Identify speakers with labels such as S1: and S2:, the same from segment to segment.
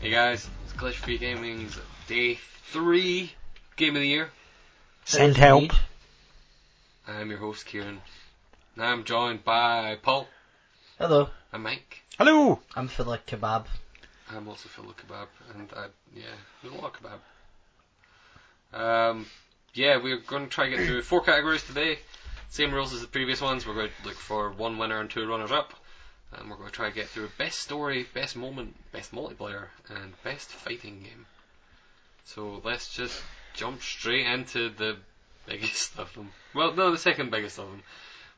S1: Hey guys, it's Glitch Free Gaming's day three game of the year.
S2: Send help.
S1: I'm your host Kieran. Now I'm joined by Paul
S3: Hello,
S1: and Mike.
S2: Hello.
S3: I'm Philip Kebab.
S1: I'm also Phil the Kebab, and I, yeah, there's a lot of kebab. Um, yeah, we're going to try and get through four categories today. Same rules as the previous ones. We're going to look for one winner and two runners up, and we're going to try and get through best story, best moment, best multiplayer, and best fighting game. So let's just jump straight into the biggest of them. Well, no, the second biggest of them,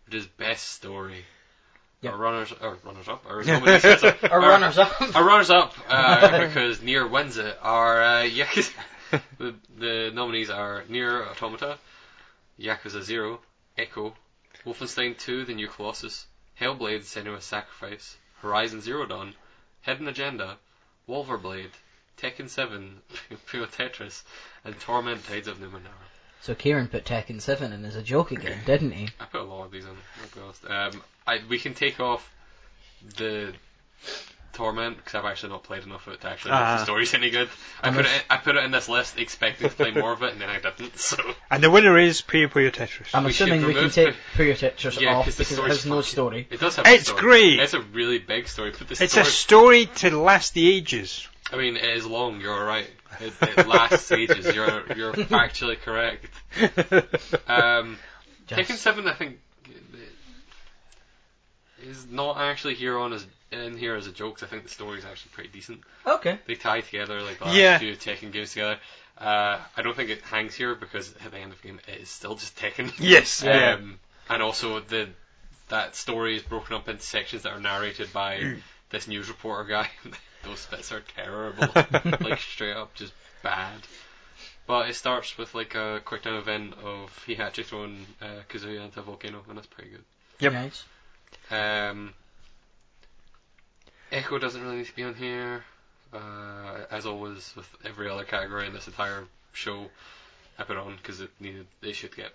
S1: which is best story.
S3: Yep.
S1: Our runners, or runners up, or nobody says it.
S3: Our
S1: Our-
S3: runners up.
S1: our runners up uh, because Near wins it are uh, Yakuza. the, the nominees are Near Automata, Yakuza Zero, Echo, Wolfenstein 2: The New Colossus, Hellblade: Senua's Sacrifice, Horizon Zero Dawn, Hidden Agenda, Wolverblade, Tekken 7, Pure Tetris, and Torment: Tides of Numenera.
S3: So Kieran put Tekken 7 in as a joke again, didn't he?
S1: I put a lot of these in. I'll be honest. Um, I, we can take off the torment because I've actually not played enough of it to actually know if
S2: Ah.
S1: the story's any good. I
S3: And
S1: put it.
S3: if-
S1: In, I put it in this list expecting to play more of it, and then I didn't. So
S2: And the winner is Puyo Puyo Tetris.
S3: I'm
S1: We should
S3: assuming we can
S1: remove
S3: take
S1: the-
S3: Puyo Tetris
S1: Yeah,
S3: off
S1: 'cause the
S3: because it
S1: story's
S3: has no
S1: fucking-
S3: story.
S1: it does have. a
S2: It's
S1: story.
S2: great.
S1: It's a really big story, but the
S2: It's
S1: story.
S2: a story to last the ages.
S1: I mean, it is long. You're right. It, it lasts ages. You're you're factually correct. Um,
S3: Just-
S1: Tekken Seven, I think, is not actually here on as in here as a joke. 'cause I think the story is actually pretty decent.
S3: Okay.
S1: They tie together like the
S2: Yeah.
S1: last few Tekken games together. Uh, I don't think it hangs here because at the end of the game it is still just Tekken.
S2: yes. Yeah.
S1: Um, and also the that story is broken up into sections that are narrated by this news reporter guy. Those bits are terrible, like straight up just bad. But it starts with like a quick down event of he had actually thrown uh, Kazuya into a volcano, and that's pretty good.
S2: Yep.
S3: Nice.
S1: Um, Echo doesn't really need to be on here, uh, as always with every other category in this entire show. I put on because it needed. They should get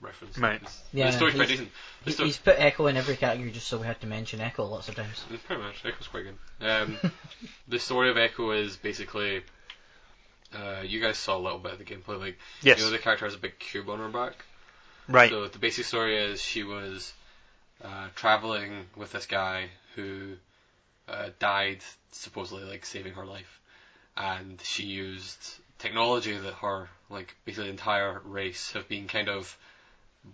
S1: referenced.
S2: Right.
S1: Yeah,
S3: Yeah,
S1: the story's pretty
S3: he's-
S1: decent. The
S3: He,
S1: sto-
S3: he's put Echo in every category just so we had to mention Echo lots of times.
S1: Mm, Pretty much, Echo's quite good. Um, the story of Echo is basically, uh, you guys saw a little bit of the gameplay. Like,
S2: Yes.
S1: you know, the character has a big cube on her back.
S2: right.
S1: So the basic story is she was uh, traveling with this guy who uh, died, supposedly like saving her life, and she used technology that her like basically the entire race have been kind of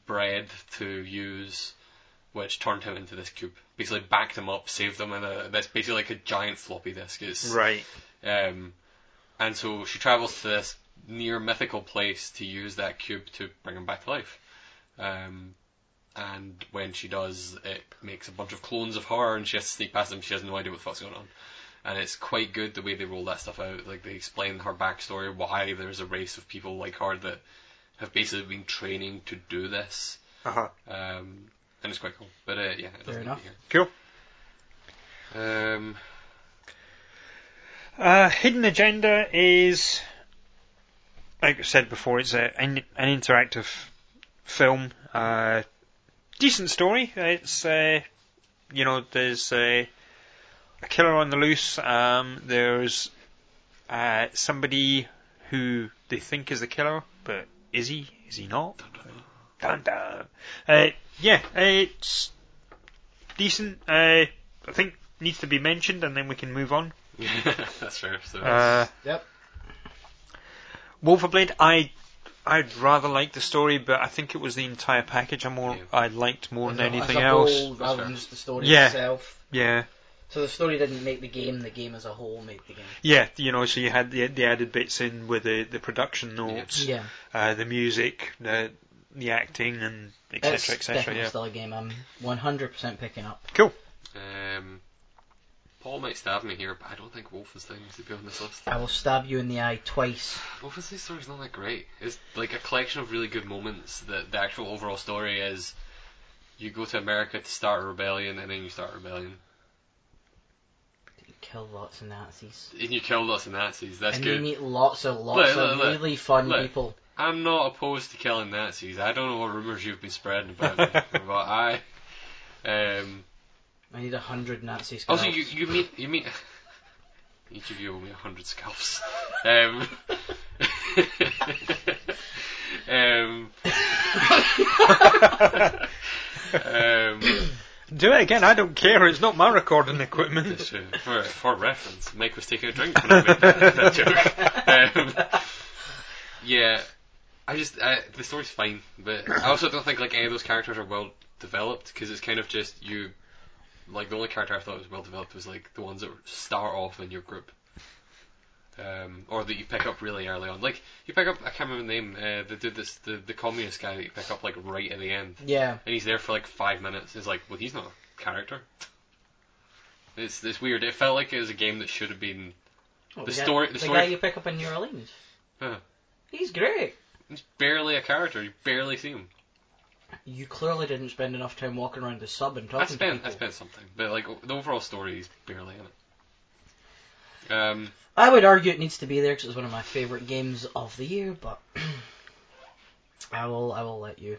S1: bred to use, which turned him into this cube. Basically backed him up, saved him in a that's basically like a giant floppy disk. It's
S2: right.
S1: um, and so she travels to this near mythical place to use that cube to bring him back to life. Um, and when she does, it makes a bunch of clones of her, and she has to sneak past them. She has no idea what the fuck's going on. And it's quite good the way they roll that stuff out. Like they explain her backstory, why there's a race of people like her that have basically been training to do this.
S2: Uh huh.
S1: Um, and it's quite cool. But uh, yeah, it doesn't
S3: Fair
S1: need to be
S2: Cool.
S1: here. Um,
S2: Uh, Hidden Agenda is, like I said before, it's a, an, an interactive film. Uh, decent story. It's, uh, you know, there's a, a killer on the loose. Um, there's uh, somebody who they think is the killer, but is he? Is he not? Dun dun. Uh, yeah, it's decent. Uh, I think needs to be mentioned, and then we can move on.
S1: that's fair. So
S2: Uh,
S3: Yep.
S2: Wolverblade, I I'd rather like the story, but I think it was the entire package I more
S1: Yeah.
S2: I liked more than
S3: As a- as
S2: anything
S3: a
S2: else.
S3: Whole, rather
S1: fair.
S3: than just the story
S2: Yeah.
S3: itself.
S2: Yeah,
S3: So the story didn't make the game, the game as a whole made the game.
S2: yeah, you know, so you had the the added bits in with the the production notes,
S3: Yeah.
S2: uh, the music, the the acting, and etc.
S3: it's
S2: etc.
S3: definitely
S2: yeah.
S3: still a game I'm 100% picking up.
S1: Um, Paul might stab me here, but I don't think Wolfenstein needs to be on this list.
S3: I will stab you in the eye twice.
S1: Wolfenstein's story's not that great. It's like a collection of really good moments. That the actual overall story is you go to America to start a rebellion, and then you start a rebellion,
S3: Kill lots of Nazis.
S1: and you kill lots of Nazis. That's
S3: and
S1: good.
S3: you meet lots and lots
S1: Look,
S3: of
S1: look, look.
S3: really fun
S1: Look.
S3: people.
S1: I'm not opposed to killing Nazis. I don't know what rumors you've been spreading about me, but I. Um,
S3: I need a hundred Nazis.
S1: also, you you meet you meet Each of you owe me a hundred scalps. Um, um, um,
S2: Do it again. I don't care. It's not my recording equipment.
S1: That's true. uh, For, for reference, Mike was taking a drink when I made that, that joke. Um, yeah, I just I, the story's fine, but I also don't think like any of those characters are well developed because it's kind of just you. Like the only character I thought was well developed was like the ones that start off in your group, um, or that you pick up really early on. Like you pick up I can't remember the name uh, the dude that's the the communist guy that you pick up like right at the end
S3: Yeah.
S1: and he's there for like five minutes. It's like, well, he's not a character. It's it's weird. It felt like it was a game that should have been.
S3: Well,
S1: The
S3: guy-
S1: story- the
S3: The
S1: story-
S3: guy you pick up in New Orleans.
S1: Huh.
S3: He's great.
S1: He's barely a character. You barely see him.
S3: You clearly didn't spend enough time walking around the sub and talking
S1: I spent
S3: to
S1: I
S3: people.
S1: spent something, but like the overall story, he's barely in it. Um,
S3: I would argue it needs to be there because it's one of my favourite games of the year, but I will I will let you.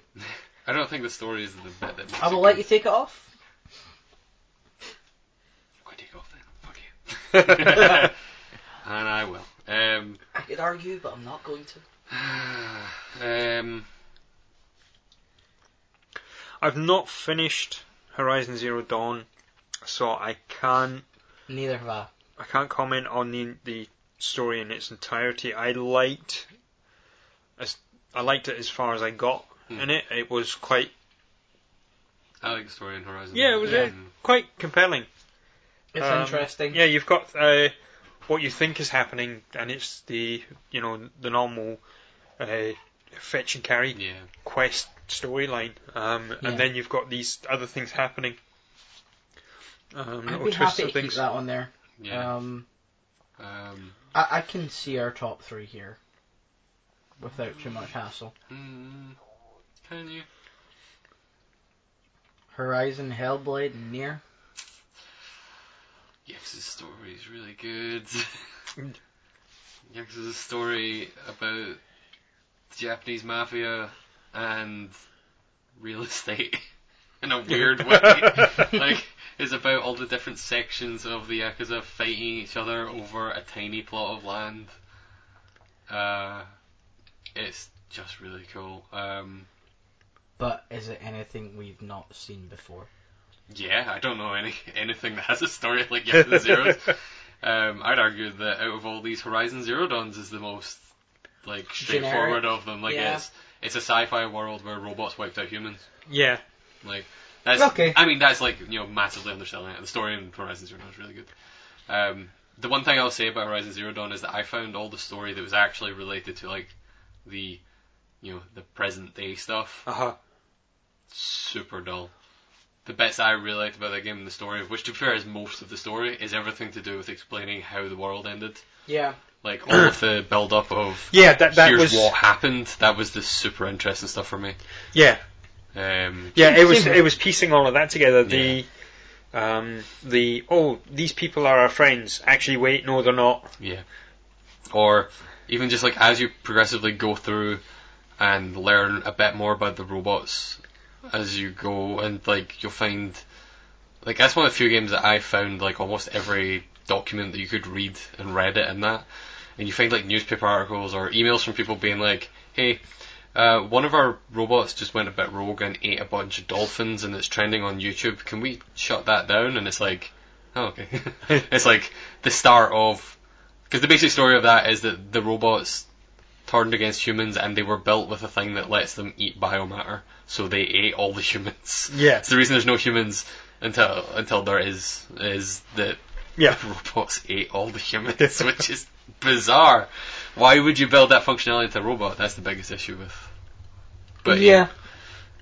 S1: I don't think the story is the bit that. Makes
S3: I will
S1: it
S3: let
S1: good.
S3: you take it off.
S1: Go take off then. Fuck you. and I will. Um,
S3: I could argue, but I'm not going to.
S1: um,
S2: I've not finished Horizon Zero Dawn, so I can't
S3: Neither have I.
S2: I can't comment on the the story in its entirety. I liked as I liked it as far as I got
S1: Hmm.
S2: in it. It was quite
S1: I like the story in Horizon.
S2: yeah, it was uh,
S1: Um,
S2: quite compelling.
S3: It's
S2: Um,
S3: interesting.
S2: Yeah, you've got uh, what you think is happening, and it's the you know the normal uh, fetch and carry
S1: Yeah.
S2: quest storyline, um,
S3: Yeah.
S2: and then you've got these other things happening. Um,
S3: I'd
S2: little
S3: be
S2: twists
S3: happy to
S2: of
S3: keep
S2: things.
S3: that on there.
S1: Yeah.
S3: Um,
S1: Um,
S3: I, I can see our top three here without too much hassle.
S1: mm, can you?
S3: Horizon, Hellblade, and Nier.
S1: Yax's story is really good. Yakuza's a story about the Japanese mafia and real estate in a weird way. like, it's about all the different sections of the Yakuza fighting each other over a tiny plot of land. Uh, it's just really cool. Um,
S3: But is it anything we've not seen before?
S1: yeah, I don't know any anything that has a story like Yakuza Zeroes. Um, I'd argue that out of all these, Horizon Zero Dawn's is the most like straightforward of them. Like
S3: Yeah.
S1: it's it's a sci-fi world where robots wiped out humans.
S2: yeah,
S1: Like that's
S3: Okay.
S1: I mean that's like you know massively underselling it. The story in Horizon Zero Dawn is really good. Um, the one thing I'll say about Horizon Zero Dawn is that I found all the story that was actually related to like the you know the present day stuff
S2: uh-huh.
S1: super dull. The bits I really liked about that game and the story, which to be fair is most of the story, is everything to do with explaining how the world ended
S3: Yeah.
S1: like all of the build up of
S2: yeah. That that
S1: here's
S2: was
S1: what happened. That was the super interesting stuff for me.
S2: yeah,
S1: Um,
S2: yeah. It was
S3: Same.
S2: it was piecing all of that together. The um, the oh these people are our friends. Actually, wait, no, they're not.
S1: yeah, or even just like as you progressively go through and learn a bit more about the robots as you go, and like you'll find like that's one of the few games that I found like almost every document that you could read and read it in that, and you find like newspaper articles or emails from people being like, hey. Uh, one of our robots just went a bit rogue and ate a bunch of dolphins, and it's trending on YouTube. Can we shut that down? And it's like, oh, okay. it's like the start of. Because the basic story of that is that the robots turned against humans and they were built with a thing that lets them eat biomatter, so they ate all the humans.
S2: Yeah,
S1: It's the reason there's no humans until until there is is that
S2: yeah.
S1: robots ate all the humans, which is bizarre. Why would you build that functionality into a robot? That's the biggest issue with. But yeah,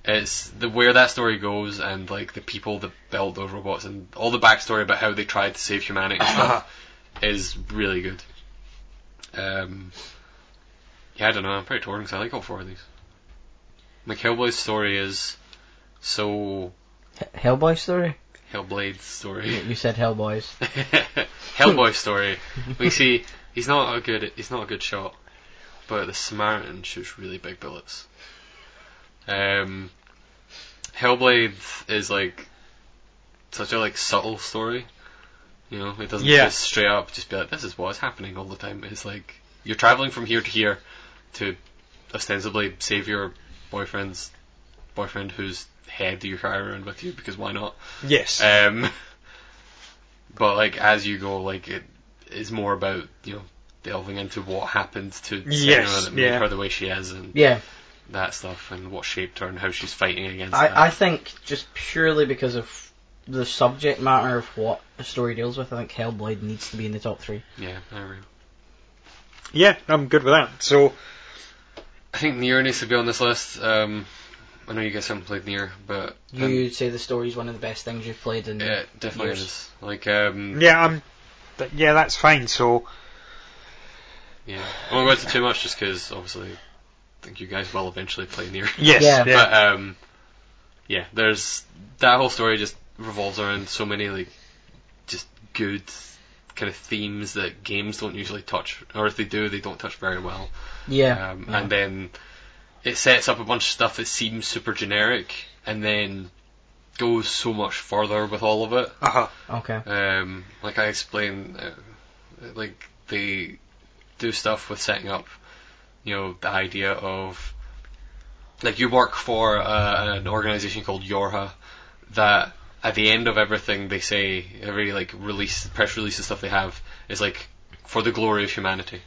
S1: it's the where that story goes and like the people that built those robots and all the backstory about how they tried to save humanity and stuff is really good. Um, yeah, I don't know. I'm pretty torn because I like all four of these. McHellboy's story is so
S3: Hellboy story?
S1: Hellblade's story.
S3: You said Hellboys.
S1: Hellboy story. We see he's not a good he's not a good shot, but the Samaritan shoots really big bullets. Um, Hellblade is like such a like subtle story You know, it doesn't
S2: Yeah.
S1: just straight up just be like, this is what's happening all the time. It's like you're traveling from here to here to ostensibly save your boyfriend's boyfriend whose head you're carrying around with you because why not?
S2: Yes.
S1: Um, but like as you go, like it is more about you know delving into what happened to
S2: Yes,
S1: Senna that made
S2: yeah.
S1: her the way she is and
S3: Yeah,
S1: that stuff and what shaped her and how she's fighting against that.
S3: I, I think just purely because of the subject matter of what the story deals with, I think Hellblade needs to be in the top three.
S1: yeah, I agree.
S2: yeah, I'm good with that. So,
S1: I think Nier needs to be on this list. Um, I know you guys haven't played Nier, but
S3: You
S1: um,
S3: say the story is one of the best things you've played in.
S1: yeah, it definitely
S3: yours.
S1: is. Like, um,
S2: yeah, I'm. th- Yeah, that's fine. So,
S1: yeah, I won't go into too much just because obviously I think you guys will eventually play Nier.
S2: yes. Uh,
S3: Yeah.
S2: Yeah.
S1: But um, yeah, there's that whole story just revolves around so many like just good kind of themes that games don't usually touch, or if they do, they don't touch very well.
S3: Yeah.
S1: Um,
S3: yeah.
S1: And then it sets up a bunch of stuff that seems super generic, and then goes so much further with all of it.
S2: uh-huh.
S3: okay.
S1: Um, like I explained, uh, like they do stuff with setting up, you know, the idea of like you work for uh, an organization called Yorha that at the end of everything they say every like release press release and stuff they have is like for the glory of humanity.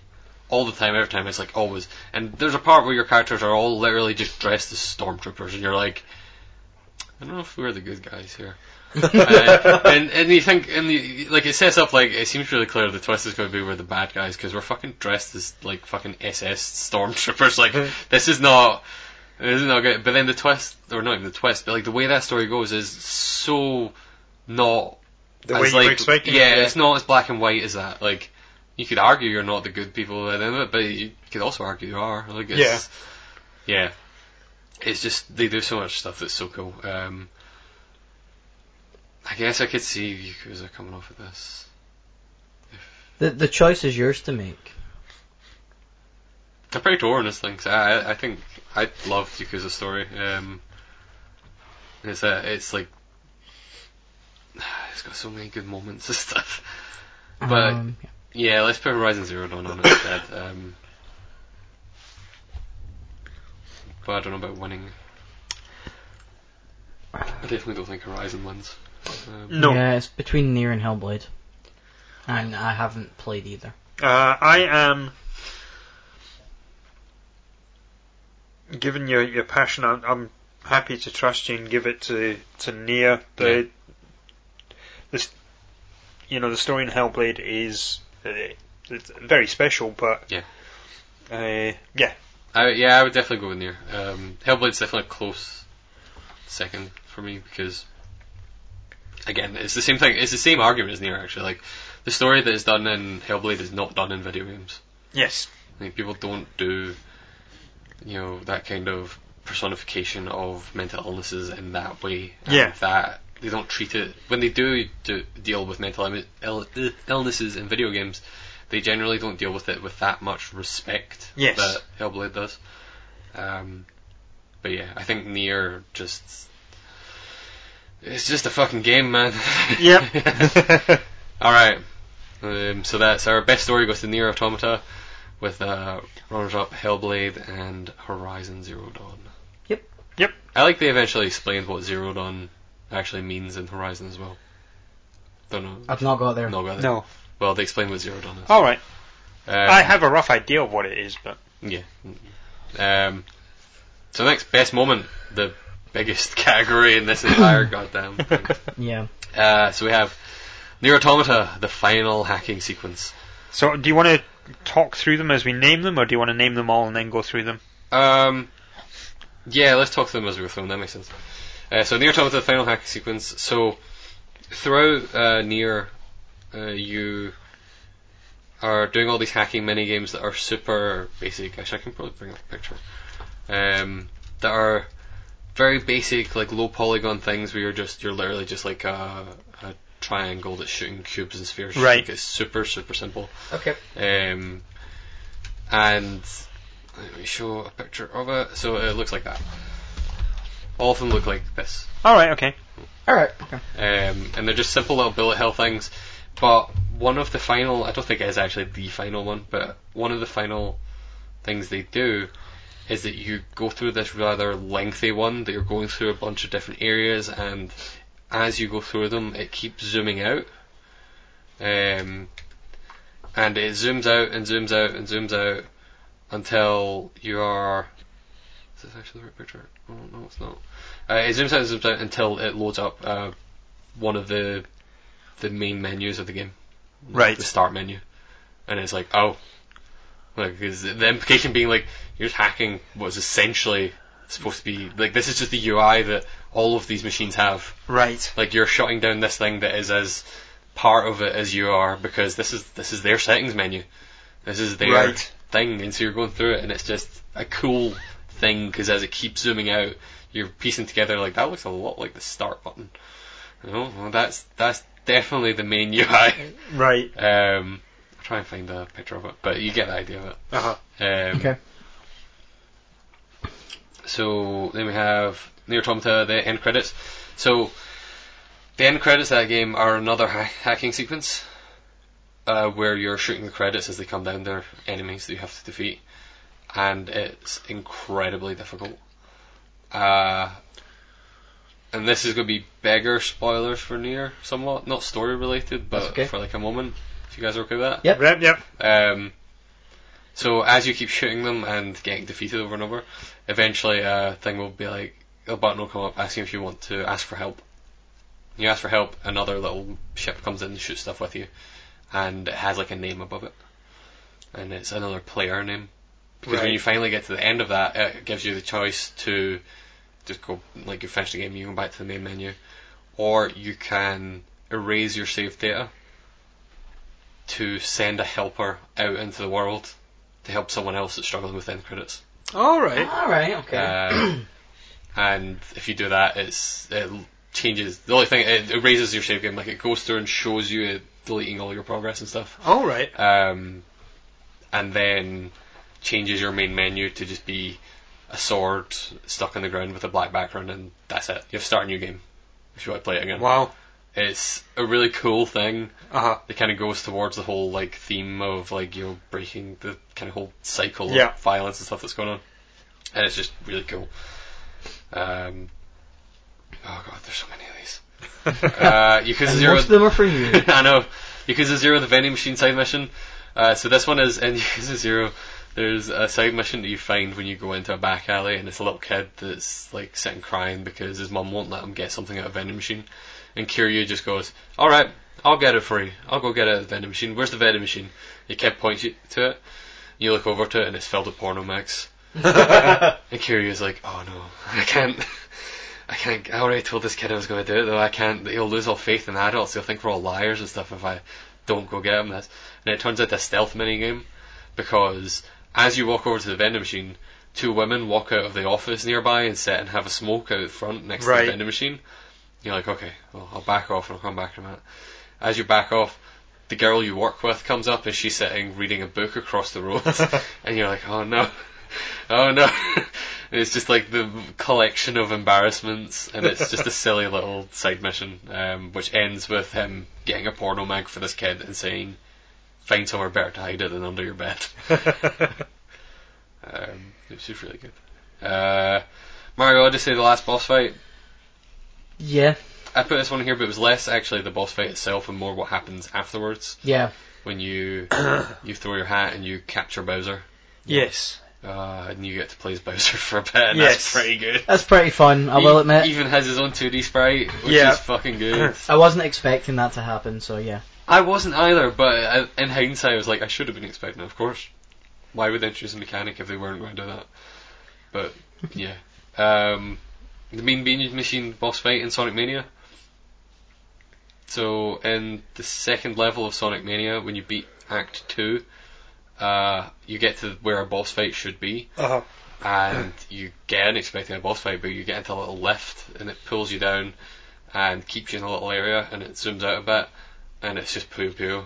S1: All the time, every time, it's like always. And there's a part where your characters are all literally just dressed as stormtroopers, and you're like, I don't know if we're the good guys here. Uh, and and you think and you, like it sets up like it seems really clear the twist is going to be we're the bad guys because we're fucking dressed as like fucking SS stormtroopers. Like this is not this is not good. But then the twist, or not even the twist, but like the way that story goes is so not
S2: The
S1: as,
S2: way you
S1: like,
S2: were expecting. it,
S1: Yeah, it's not as black and white as that. Like you could argue you're not the good people at the end of it, but you could also argue you are. Like it's, yeah, yeah. It's just they do so much stuff that's so cool. Um, I guess I could see Yakuza coming off of this.
S3: The the choice is yours to make.
S1: I'm pretty torn on this thing. 'cause I I- I think I loved Yakuza's story. Um, it's a, it's like it's got so many good moments and stuff. But-
S3: um,
S1: Yeah, let's put Horizon Zero Dawn on it instead. Um, but I don't know about winning. I definitely don't think Horizon wins. Um,
S2: No.
S3: yeah, it's between Nier and Hellblade, and I haven't played either.
S2: Uh, I am. Given your your passion, I'm, I'm happy to trust you and give it to to Nia. The this, you know, the story in Hellblade is uh, it's very special, but
S1: Yeah.
S2: uh, yeah,
S1: I, yeah, I would definitely go with Nier. Um, Hellblade's definitely a close second for me because, again, it's the same thing. It's the same argument as Nier actually. Like the story that is done in Hellblade is not done in video games.
S2: yes,
S1: Like people don't do, you know, that kind of personification of mental illnesses in that way. and
S2: Yeah.
S1: That they don't treat it when they do, do deal with mental Ill- Ill- illnesses in video games. They generally don't deal with it with that much respect
S2: Yes.
S1: that Hellblade does. Um, but yeah, I think Nier just. It's just a fucking game, man.
S2: yep.
S1: All right. Um, so that's our best story goes to Nier Automata, with uh, runners-up Hellblade and Horizon Zero Dawn.
S3: Yep.
S2: Yep.
S1: I like they eventually explained what Zero Dawn actually means in Horizon as well. Don't know.
S3: I've not got there.
S1: No, got it.
S2: no,
S1: Well, they explain what Zero Dawn is.
S2: all right.
S1: Um,
S2: I have a rough idea of what it is, but
S1: Yeah. Um, so next best moment, the biggest category in this entire goddamn thing.
S3: Yeah.
S1: Uh, so we have Nier Automata, the final hacking sequence.
S2: so do you want to talk through them as we name them, or do you want to name them all and then go through them?
S1: Um, yeah, let's talk to them as we go through them. That makes sense. Uh, so near top of the final hack sequence. So throughout uh, near, uh, you are doing all these hacking mini games that are super basic. Actually, I can probably bring up a picture. Um, that are very basic, like low polygon things where you're just you're literally just like a, a triangle that's shooting cubes and spheres.
S2: Right.
S1: Like, it's super super simple.
S3: Okay.
S1: Um, and let me show a picture of it. So it looks like that. All of them look like this.
S2: All right, okay.
S3: All right. Okay.
S1: Um, and they're just simple little bullet hell things. But one of the final, I don't think it is actually the final one, but one of the final things they do is that you go through this rather lengthy one that you're going through a bunch of different areas, and as you go through them, it keeps zooming out. Um, and it zooms out and zooms out and zooms out until you are. Is this actually the right picture? Oh, no, it's not. Uh, it zooms out and zooms out until it loads up uh, one of the the main menus of the game,
S2: Right.
S1: the start menu, and it's like, oh, like is the implication being like you're just hacking what's essentially supposed to be like this is just the UI that all of these machines have.
S2: Right.
S1: Like you're shutting down this thing that is as part of it as you are because this is this is their settings menu. This is their
S2: Right.
S1: thing, and so you're going through it, and it's just a cool thing because as it keeps zooming out, you're piecing together like that looks a lot like the start button. You know, well, that's that's definitely the main UI.
S2: Right.
S1: Um, I'll try and find a picture of it, but you get the idea of it.
S2: Uh-huh.
S1: Um,
S3: Okay.
S1: So then we have Near Automata, the end credits. So the end credits of that game are another ha- hacking sequence uh, where you're shooting the credits as they come down. They're enemies that you have to defeat, and it's incredibly difficult. Uh, and this is going to be bigger spoilers for Near, somewhat not story related, but
S3: That's okay.
S1: for like a moment. If you guys are okay with that.
S3: Yep.
S2: Yep, yep.
S1: Um, so as you keep shooting them and getting defeated over and over, eventually a thing will be like a button will come up asking if you want to ask for help. You ask for help, another little ship comes in and shoots stuff with you, and it has like a name above it, and it's another player name. Because when
S2: Right.
S1: you finally get to the end of that, it gives you the choice to just go like you finish the game, you go back to the main menu, or you can erase your save data to send a helper out into the world to help someone else that's struggling with end credits.
S2: All right.
S3: All right. Okay.
S1: Uh, and if you do that, it's it changes. The only thing it erases your save game, like it goes through and shows you it deleting all your progress and stuff.
S2: All right.
S1: Um, and then changes your main menu to just be a sword stuck on the ground with a black background, and that's it. You have to start a new game if you want to play it again.
S2: Wow.
S1: It's a really cool thing
S2: Uh-huh.
S1: it kind of goes towards the whole like theme of like you know breaking the kind of whole cycle
S2: Yeah.
S1: of violence and stuff that's going on, and it's just really cool. Um, oh god, there's so many of these. uh, you could
S3: and
S1: zero.
S3: most of them are for you.
S1: I know. Yakuza Zero, the vending machine side mission. Uh, so this one is in Yakuza Zero. There's a side mission that you find when you go into a back alley, and it's a little kid that's like sitting crying because his mum won't let him get something out of a vending machine. And Kiryu just goes, "All right, I'll get it for you. I'll go get it at the vending machine. Where's the vending machine?" The kid points you to it. You look over to it, and it's filled with porno mags. and Kiryu's like, "Oh no, I can't." I can't. I already told this kid I was going to do it, though. I can't. He'll lose all faith in adults. He'll think we're all liars and stuff if I don't go get him this. And it turns out a stealth minigame because as you walk over to the vending machine, two women walk out of the office nearby and sit and have a smoke out front next to
S2: Right.
S1: the vending machine. You're like, okay, well, I'll back off and I'll come back in a minute. As you back off, the girl you work with comes up and she's sitting reading a book across the road, and you're like, oh no, oh no. And it's just like the collection of embarrassments, and it's just a silly little side mission, um, which ends with him getting a porno mag for this kid and saying, "Find somewhere better to hide it than under your bed." Um, it's just really good. Uh, Mario Odyssey, the last boss fight.
S3: yeah.
S1: I put this one here, but it was less actually the boss fight itself and more what happens afterwards
S3: Yeah.
S1: when you you throw your hat and you capture Bowser,
S2: yes.
S1: uh, and you get to play as Bowser for a bit. And
S2: Yes.
S1: That's pretty good.
S3: That's pretty fun. I will
S1: He
S3: admit.
S1: even has his own 2D sprite, which
S2: Yeah.
S1: is fucking good.
S3: I wasn't expecting that to happen. So yeah.
S1: I wasn't either, but uh, in hindsight, I was like, I should have been expecting. it, Of course, why would they introduce a mechanic if they weren't going to do that? But yeah, um, the main bean machine boss fight in Sonic Mania. So in the second level of Sonic Mania, when you beat Act Two, uh, you get to where a boss fight should be,
S2: Uh-huh.
S1: and you get in expecting a boss fight, but you get into a little lift and it pulls you down and keeps you in a little area and it zooms out a bit and it's just poo poo.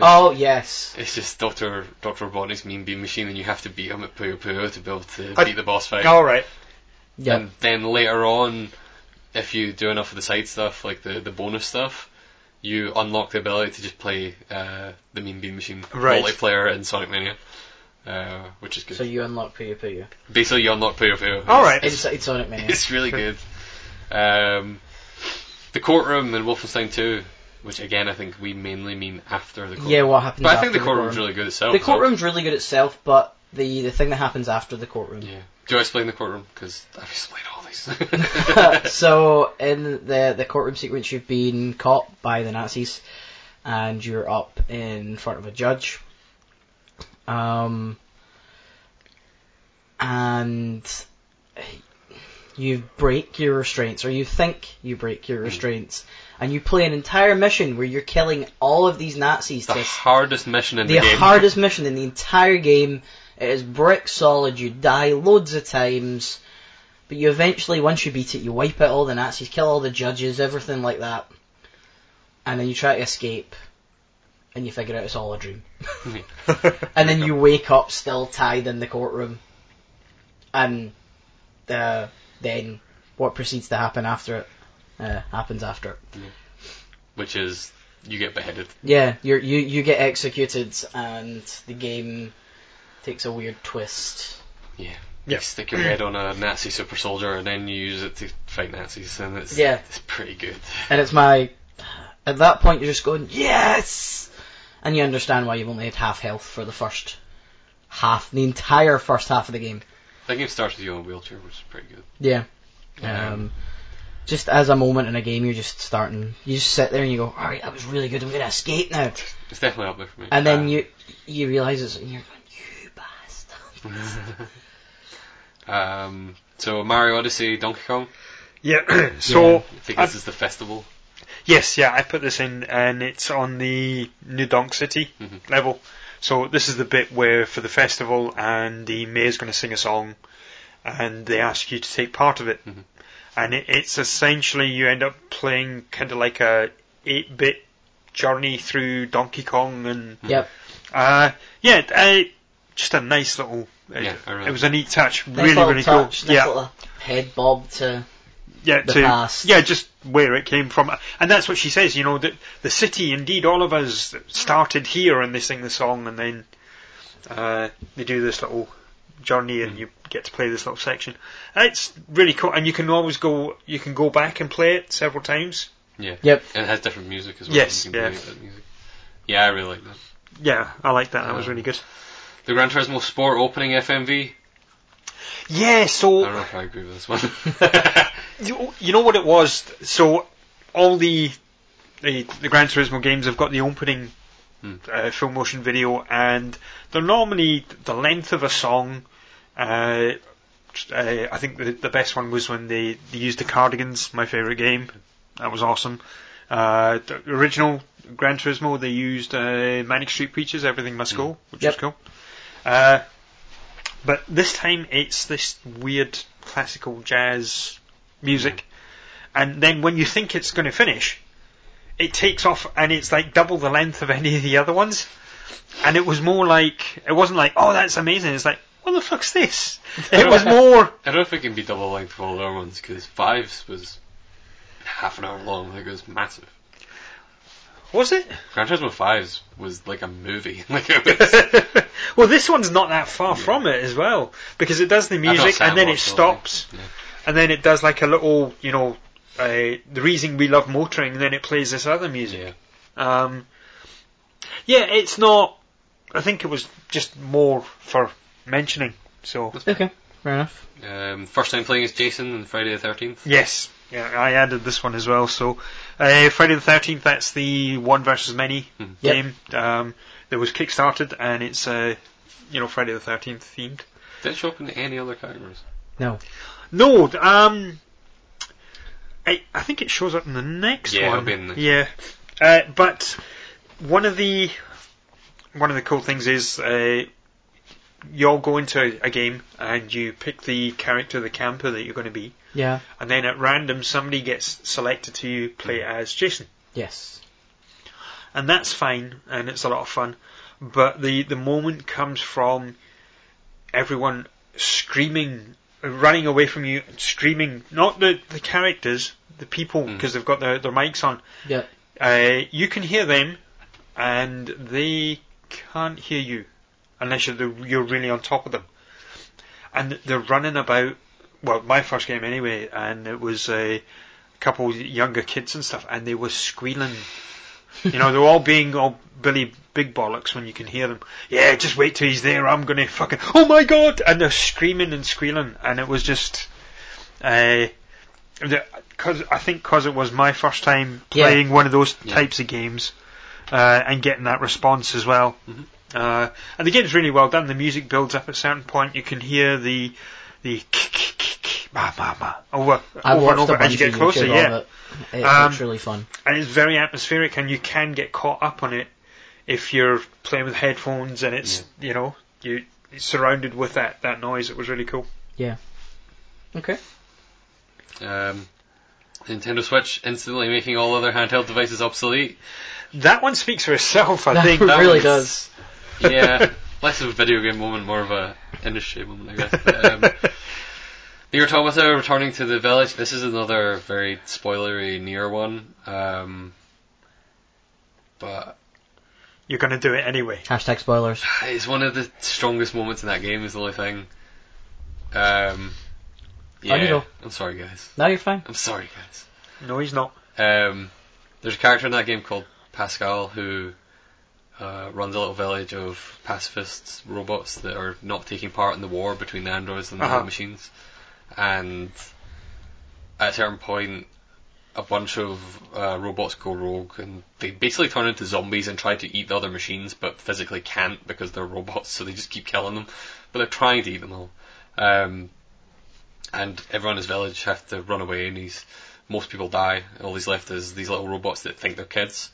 S3: Oh yes.
S1: It's just Doctor Doctor Robotnik's mean beam machine and you have to beat him at poo poo to be able to
S2: I-
S1: beat the boss fight.
S2: All right.
S3: Yeah.
S1: And then later on, if you do enough of the side stuff, like the, the bonus stuff, you unlock the ability to just play uh, the Mean Bean Machine
S2: Right.
S1: multiplayer in Sonic Mania, uh, which is good.
S3: So you unlock Puyo Puyo.
S1: Basically, you unlock Puyo Puyo.
S2: All right.
S3: Inside Sonic Mania.
S1: It's really good. Um, the courtroom in Wolfenstein 2, which again I think we mainly mean after the courtroom.
S3: Yeah, what happens
S1: but I
S3: after
S1: think the
S3: the
S1: courtroom's
S3: courtroom?
S1: really good itself.
S3: The
S1: though.
S3: courtroom's really good itself, but the, the thing that happens after the courtroom.
S1: Yeah. Do I explain the courtroom? Because I've explained all these.
S3: so in the the courtroom sequence, you've been caught by the Nazis, and you're up in front of a judge. Um, and you break your restraints, or you think you break your restraints, and you play an entire mission where you're killing all of these Nazis.
S1: the
S3: to
S1: hardest mission in the,
S3: the
S1: game.
S3: hardest mission in the entire game. It is brick solid. You die loads of times, but you eventually, once you beat it, you wipe out all the Nazis, kill all the judges, everything like that, and then you try to escape, and you figure out it's all a dream. And then you wake up still tied in the courtroom, and uh, then what proceeds to happen after it uh, happens after it.
S1: Which is, you get beheaded.
S3: Yeah, you're, you you get executed, and the game takes a weird twist.
S1: Yeah.
S2: Yeah.
S1: You stick your head on a Nazi super soldier and then you use it to fight Nazis, and it's
S3: Yeah.
S1: it's pretty good.
S3: And it's my. At that point, you're just going, yes! And you understand why you've only had half health for the first half, the entire first half of the game.
S1: That game starts with you in a wheelchair, which is pretty good.
S3: Yeah. Um, just as a moment in a game, you're just starting. You just sit there and you go, alright, that was really good, I'm gonna escape now.
S1: It's definitely up there for me.
S3: And then
S1: Um,
S3: you you realise it's. And you're going, you bastard.
S1: Um, so Mario Odyssey, Donkey Kong.
S2: Yeah. so
S1: I think
S2: I've-
S1: this is the festival.
S2: Yes, yeah, I put this in, and it's on the New Donk City
S1: Mhm.
S2: level. So this is the bit where, for the festival, and the mayor's going to sing a song, and they ask you to take part of it.
S1: Mhm.
S2: And it, it's essentially you end up playing kind of like a eight-bit journey through Donkey Kong, and
S3: yep.
S2: uh, yeah, I, just a nice little. uh,
S1: Yeah, I really-
S2: it was a neat touch,
S3: Nice
S2: really,
S3: little
S2: really
S3: touch,
S2: cool.
S3: nice
S2: yeah,
S3: little head bob to.
S2: yeah,
S3: the
S2: to
S3: past.
S2: yeah, just where it came from, and that's what she says. You know that the city, indeed, all of us started here, and they sing the song, and then uh, they do this little journey,
S1: Mm.
S2: and you get to play this little section. It's really cool, and you can always go, you can go back and play it several times.
S1: Yeah.
S3: Yep.
S1: And it has different music as well.
S2: Yes,
S1: You can play
S2: yeah.
S1: that music. Yeah, I really like that.
S2: Yeah, I like that. That was
S1: Yeah.
S2: really good.
S1: The Gran Turismo Sport opening FMV.
S2: Yeah,
S1: I
S2: so
S1: don't know if I agree with this one.
S2: you, you know what it was. So all the the, the Gran Turismo games have got the opening
S1: Hmm.
S2: uh, full motion video, and they're normally the length of a song. Uh, uh, I think the, the best one was when they, they used the Cardigans, my favourite game. That was awesome. Uh, the original Gran Turismo, they used uh, Manic Street Preachers, Everything Must Go, which
S3: Yep.
S2: was cool. Uh, but this time it's this weird classical jazz music, and then when you think it's going to finish, it takes off and it's like double the length of any of the other ones. And it was more like it wasn't like oh that's amazing. It's like what the fuck's this? It was more
S1: I don't know if it can be double length of all the other ones because Fives was half an hour long. Like it was massive.
S2: was it?
S1: Gran Turismo Fives was like a movie. like it was,
S2: well, this one's not that far from it as well because it does the music
S1: Sam
S2: and then it
S1: watched all of
S2: stops
S1: them. Yeah.
S2: and then it does like a little you know uh, the reason we love motoring and then it plays this other music.
S1: yeah.
S2: Um, yeah, it's not. I think it was just more for mentioning. So
S3: Okay, fair enough.
S1: Um, first time playing as Jason on Friday the Thirteenth.
S2: yes, yeah, I added this one as well. So uh, Friday the Thirteenth. That's the one versus many
S1: Mhm.
S3: Yep.
S2: game um, that was kickstarted, and it's uh, you know Friday the Thirteenth themed.
S1: Did it show up in any other categories?
S3: No.
S2: No, um, I, I think it shows up in the next
S1: Yeah,
S2: one.
S1: it'll be in the-
S2: Yeah, uh, but one of the one of the cool things is uh, you all go into a game and you pick the character, the camper that you're going to be,
S3: Yeah.
S2: and then at random somebody gets selected to play
S1: Hmm.
S2: as Jason,
S3: Yes.
S2: and that's fine and it's a lot of fun, but the the moment comes from everyone screaming, running away from you, and screaming. Not the the characters, the people,
S1: Mm.
S2: because they've got their their mics on.
S3: Yep.
S2: Uh, you can hear them, and they can't hear you unless you're, the, you're really on top of them. And they're running about. Well, my first game anyway, and it was a couple of younger kids and stuff, and they were squealing. You know, they're all being all Billy Big Bollocks when you can hear them. Yeah, just wait till he's there. I'm gonna fucking. Oh my god! And they're screaming and squealing, and it was just. Uh, the- cause I think because it was my first time
S3: Yeah.
S2: playing one of those
S1: Yeah.
S2: types of games, uh, and getting that response as well.
S1: Mhm.
S2: Uh, and the game's really well done. The music builds up at a certain point. You can hear the the ma ma ma over
S3: I
S2: over and
S3: watched a
S2: over
S3: bunch
S2: as you get
S3: of
S2: closer.
S3: YouTube
S2: Yeah,
S3: of it. It's
S2: Um,
S3: really fun.
S2: and it's very atmospheric, and you can get caught up on it if you're playing with headphones and it's you know you it's surrounded with that that noise. It was really cool.
S3: Okay.
S1: Um, Nintendo Switch instantly making all other handheld devices obsolete.
S2: That one speaks for itself, I
S3: That
S2: think.
S1: that
S3: really
S1: was-
S3: does.
S1: Yeah, less of a video game moment, more of a industry moment, I guess. But, um, Near Automata returning to the village. This is another very spoilery near one. Um, but
S2: You're going to do it anyway.
S3: Hashtag spoilers.
S1: it's one of the strongest moments in that game. Is the only thing. Um, yeah,
S3: Unusual.
S1: I'm sorry, guys.
S3: No, you're fine.
S1: I'm sorry, guys.
S2: No, he's not.
S1: Um, there's a character in that game called Pascal who uh, runs a little village of pacifist robots that are not taking part in the war between the androids and
S2: Uh-huh.
S1: the machines. And at a certain point, a bunch of uh, robots go rogue and they basically turn into zombies and try to eat the other machines, but physically can't because they're robots, so they just keep killing them. But they're trying to eat them all. Um, and everyone in his village have to run away, and he's most people die. All he's left is these little robots that think they're kids,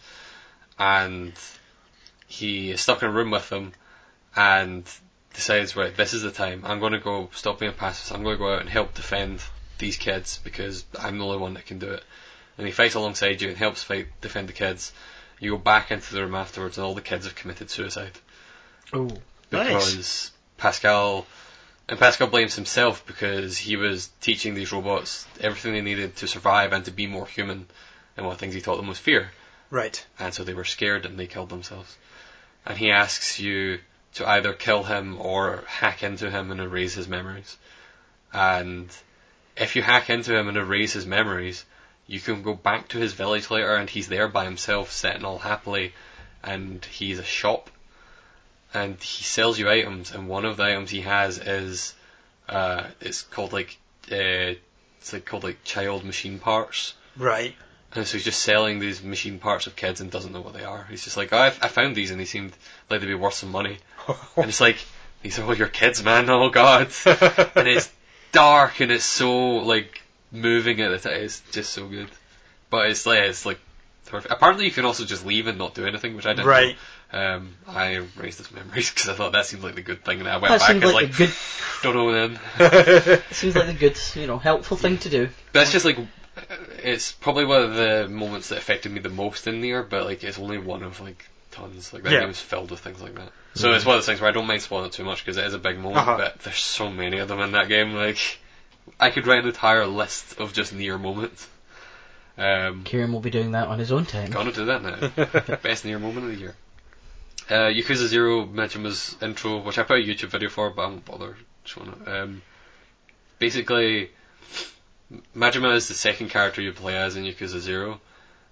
S1: and he is stuck in a room with them, and decides, right, this is the time. I'm going to go stop being a pacifist. I'm going to go out and help defend these kids because I'm the only one that can do it. And he fights alongside you and helps fight defend the kids. You go back into the room afterwards, and all the kids have committed suicide
S3: Ooh.
S1: because Pascal and Pascal blames himself because he was teaching these robots everything they needed to survive and to be more human. And one of the things he taught them was fear,
S2: Right.
S1: and so they were scared and they killed themselves. And he asks you to either kill him or hack into him and erase his memories. And if you hack into him and erase his memories, you can go back to his village later and he's there by himself, sitting all happily, and he's a shop. And he sells you items, and one of the items he has is, uh, it's called like, uh, it's like called like child machine parts.
S2: Right.
S1: And so he's just selling these machine parts of kids and doesn't know what they are. He's just like, oh, I, I found these and they seemed like they'd be worth some money.
S3: Oh.
S1: And it's like, these are all your kids, man. Oh God. and it's dark and it's so like moving at the time. It's just so good. But it's like it's like perfect. Apparently, you can also just leave and not do anything, which I didn't.
S2: right.
S1: know. Um, I erased his memories because I thought that seemed like the good thing, and I went
S3: That
S1: back and was
S3: seems like,
S1: like,
S3: the good.
S1: don't know then.
S3: It seems like the good, you know, helpful thing to do.
S1: But it's just like it's probably one of the moments that affected me the most in there, but like it's only one of like tons. Like that
S2: Yeah. Mm-hmm.
S1: game is filled with things like that. So it's one of those things where I don't mind spoiling it too much because it is a big moment,
S2: Uh-huh.
S1: but there's so many of them in that game. Like I could write an entire list of just near moments. Um,
S3: Kieran will be doing that on his own time.
S1: gonna do that now. Best near moment of the year. Uh, Yakuza Zero Mejima's intro, which I put a YouTube video for, but I won't bother showing it. Um, basically, Majima is the second character you play as in Yakuza Zero,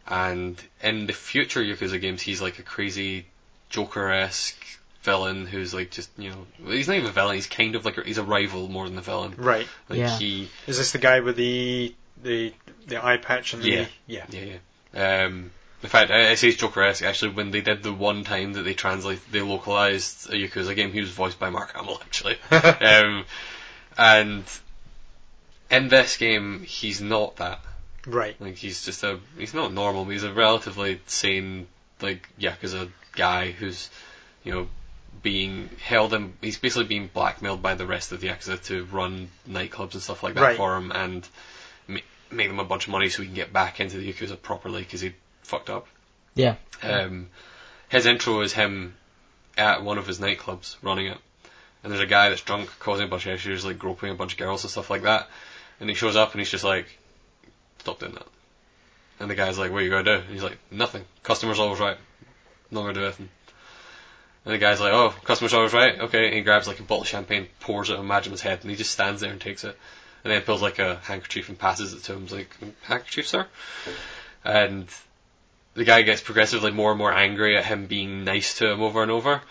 S1: and in the future Yakuza games, he's like a crazy Joker-esque villain who's like just you know well, he's not even a villain. He's kind of like a, he's a rival more than a villain.
S2: Right.
S1: Like
S3: Yeah.
S1: he
S2: Is this the guy with the the the eye patch and the
S1: Yeah.
S2: yeah?
S1: Yeah, yeah. Um, in fact, I, I say it's Joker-esque. Actually, when they did the one time that they translated, they localized a Yakuza game, he was voiced by Mark Hamill, actually. um, and in this game, he's not that.
S2: Right.
S1: Like, he's just a, he's not normal. but He's a relatively sane, like, Yakuza guy who's, you know, being held in, he's basically being blackmailed by the rest of the Yakuza to run nightclubs and stuff like that
S2: Right.
S1: for him and ma- make them a bunch of money so he can get back into the Yakuza properly because he fucked up.
S3: Yeah.
S1: Um, his intro is him at one of his nightclubs running it. And there's a guy that's drunk, causing a bunch of issues, like groping a bunch of girls and stuff like that. And he shows up and he's just like, stop doing that. And the guy's like, what are you going to do? And he's like, nothing. Customer's always right. Not going to do anything. And the guy's like, oh, customer's always right. Okay. And he grabs like a bottle of champagne, pours it on Majum's head, and he just stands there and takes it. And then pulls like a handkerchief and passes it to him. He's like, handkerchief, sir? And the guy gets progressively more and more angry at him being nice to him over and over.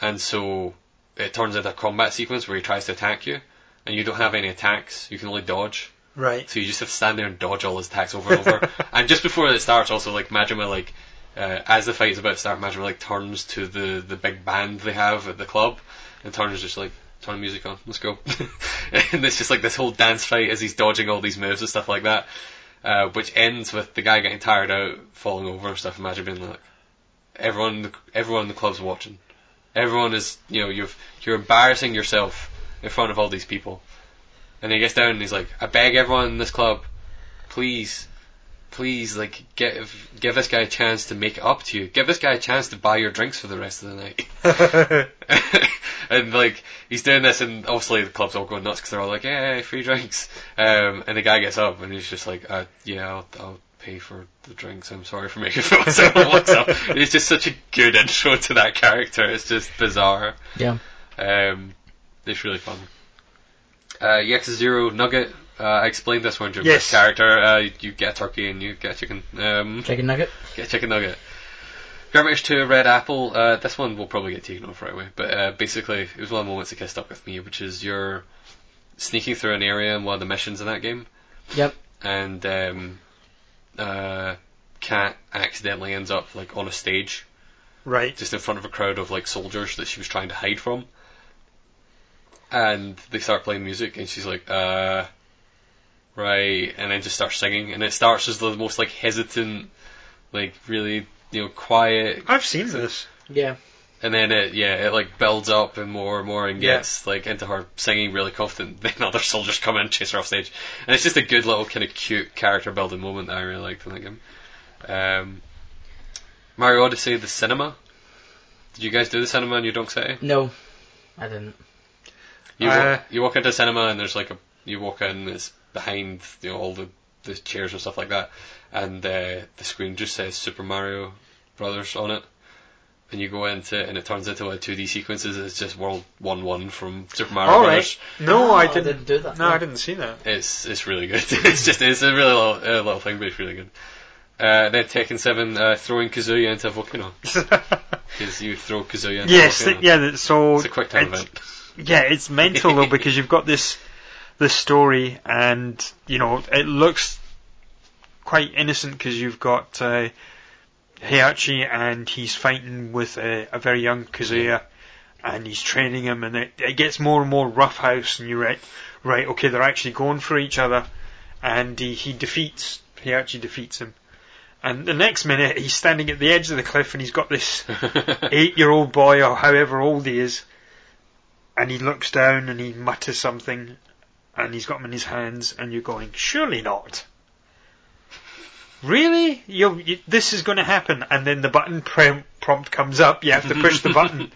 S1: And so it turns into a combat sequence where he tries to attack you. And you don't have any attacks. You can only dodge.
S2: Right.
S1: So you just have to stand there and dodge all his attacks over and over. and just before it starts, also like Majima, like uh, as the fight is about to start, Majima like turns to the the big band they have at the club, and turns just like turn the music on, let's go. and it's just like this whole dance fight as he's dodging all these moves and stuff like that, uh, which ends with the guy getting tired out, falling over and stuff. And Majima being like, everyone, in the, everyone in the club's watching. Everyone is, you know, you've you're embarrassing yourself in front of all these people. And he gets down and he's like, I beg everyone in this club, please, please, like, give, give this guy a chance to make it up to you. Give this guy a chance to buy your drinks for the rest of the night. and, like, he's doing this, and obviously the club's all going nuts because they're all like, hey, free drinks. Um, and the guy gets up and he's just like, uh, yeah, I'll, I'll pay for the drinks. I'm sorry for making fun of myself. and walks up. And It's just such a good intro to that character. It's just bizarre.
S3: Yeah.
S1: Um, it's really fun. Uh, Yex Zero Nugget. Uh, I explained this one during my
S2: Yes.
S1: character. Uh, you, you get a turkey and you get a chicken. Um,
S3: Chicken nugget.
S1: get a chicken nugget. Garbage to Red Apple. Uh, this one will probably get taken off right away. But uh, basically, it was one of the moments that kind of stuck with me, which is you're sneaking through an area in one of the missions in that game.
S3: Yep.
S1: And um, uh, Cat accidentally ends up like on a stage
S2: Right.
S1: just in front of a crowd of like soldiers that she was trying to hide from. And they start playing music, and she's like, uh, right, and then just starts singing, and it starts as the most like hesitant, like really you know quiet,
S2: I've seen this.
S3: Yeah.
S1: and then it yeah it like builds up and more and more and
S2: Yeah.
S1: gets like into her singing really confident. Then other soldiers come in and chase her off stage, and it's just a good little kind of cute character building moment that I really liked in that game. Um, Mario Odyssey, the cinema. Did you guys do the cinema in your Donk City?
S3: No, I didn't.
S1: You,
S2: Uh,
S1: walk, you walk into a cinema and there's like a you walk in and it's behind you know all the, the chairs and stuff like that, and uh, the screen just says Super Mario Brothers on it, and you go into it and it turns into like 2D sequences. and It's just World One One from Super Mario
S2: All
S1: Brothers.
S2: right. No,
S3: No,
S2: I
S3: I
S2: didn't.
S3: didn't do that,
S2: No,
S3: no.
S2: I didn't see that.
S1: It's it's really good. it's just it's a really little, uh, little thing, but it's really good. Uh, then Tekken Seven uh, throwing Kazuya into a volcano because you throw Kazuya. Into
S2: yes.
S1: a
S2: th-
S1: volcano.
S2: yeah. th- So
S1: It's a quick time
S2: it's-
S1: event.
S2: Yeah, it's mental though because you've got this this story, and you know it looks quite innocent because you've got uh, Heihachi and he's fighting with a, a very young Kazuya, and he's training him, and it, it gets more and more roughhouse, and you're right, right, okay, they're actually going for each other, and he, he defeats Heihachi defeats him. And the next minute, he's standing at the edge of the cliff, and he's got this eight year old boy or however old he is, and he looks down and he mutters something, and he's got him in his hands, and you're going, surely not. Really? You're, you, this is going to happen, and then the button prom- prompt comes up. You have to push the button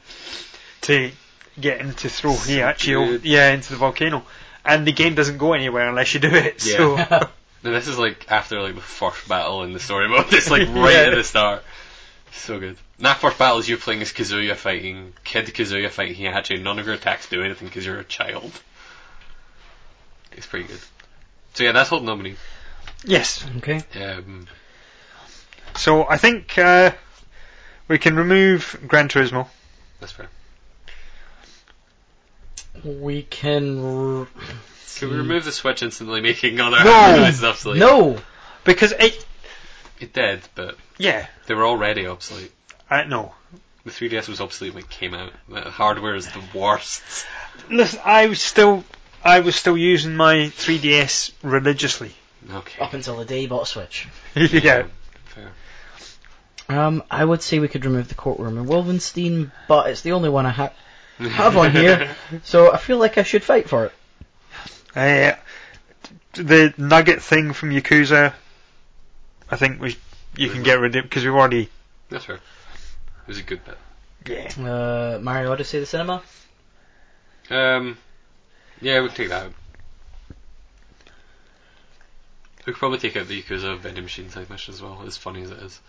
S2: to get him to throw
S1: So
S2: Heihachi, o-
S1: good.
S2: yeah, into the volcano, and the game doesn't go anywhere unless you do it.
S1: Yeah.
S2: So
S1: And this is like after like the first battle in the story mode. It's like right
S2: Yeah.
S1: at the start. So good. And that first battle is you playing as Kazuya fighting Kid Kazuya fighting Heihachi. None of your attacks do anything because you're a child. It's pretty good. So yeah, that's Hold Nominee.
S2: yes,
S3: Okay.
S1: Um,
S2: so I think uh, we can remove Gran Turismo.
S1: that's fair.
S3: We can. r-
S1: Can we remove the Switch instantly making other
S2: No!
S1: devices obsolete?
S3: No.
S2: Because it,
S1: It did, but
S2: yeah,
S1: they were already obsolete.
S2: I know.
S1: The 3DS was obsolete when it came out. The hardware is the worst.
S2: Listen, I was still, I was still using my 3DS religiously.
S1: Okay.
S3: Up until the day you bought a Switch.
S2: yeah,
S1: Fair.
S3: Um, I would say we could remove the courtroom in Wolvenstein, but it's the only one I ha- have on here, so I feel like I should fight for it.
S2: uh, the nugget thing from Yakuza. I think we, you can get rid of because we've already.
S1: That's fair. It was a good bit.
S2: Yeah.
S3: Uh, Mario Odyssey, the cinema.
S1: Um, yeah, we can take that out. We could probably take out the Yakuza vending machine type mission as well, as funny as it is.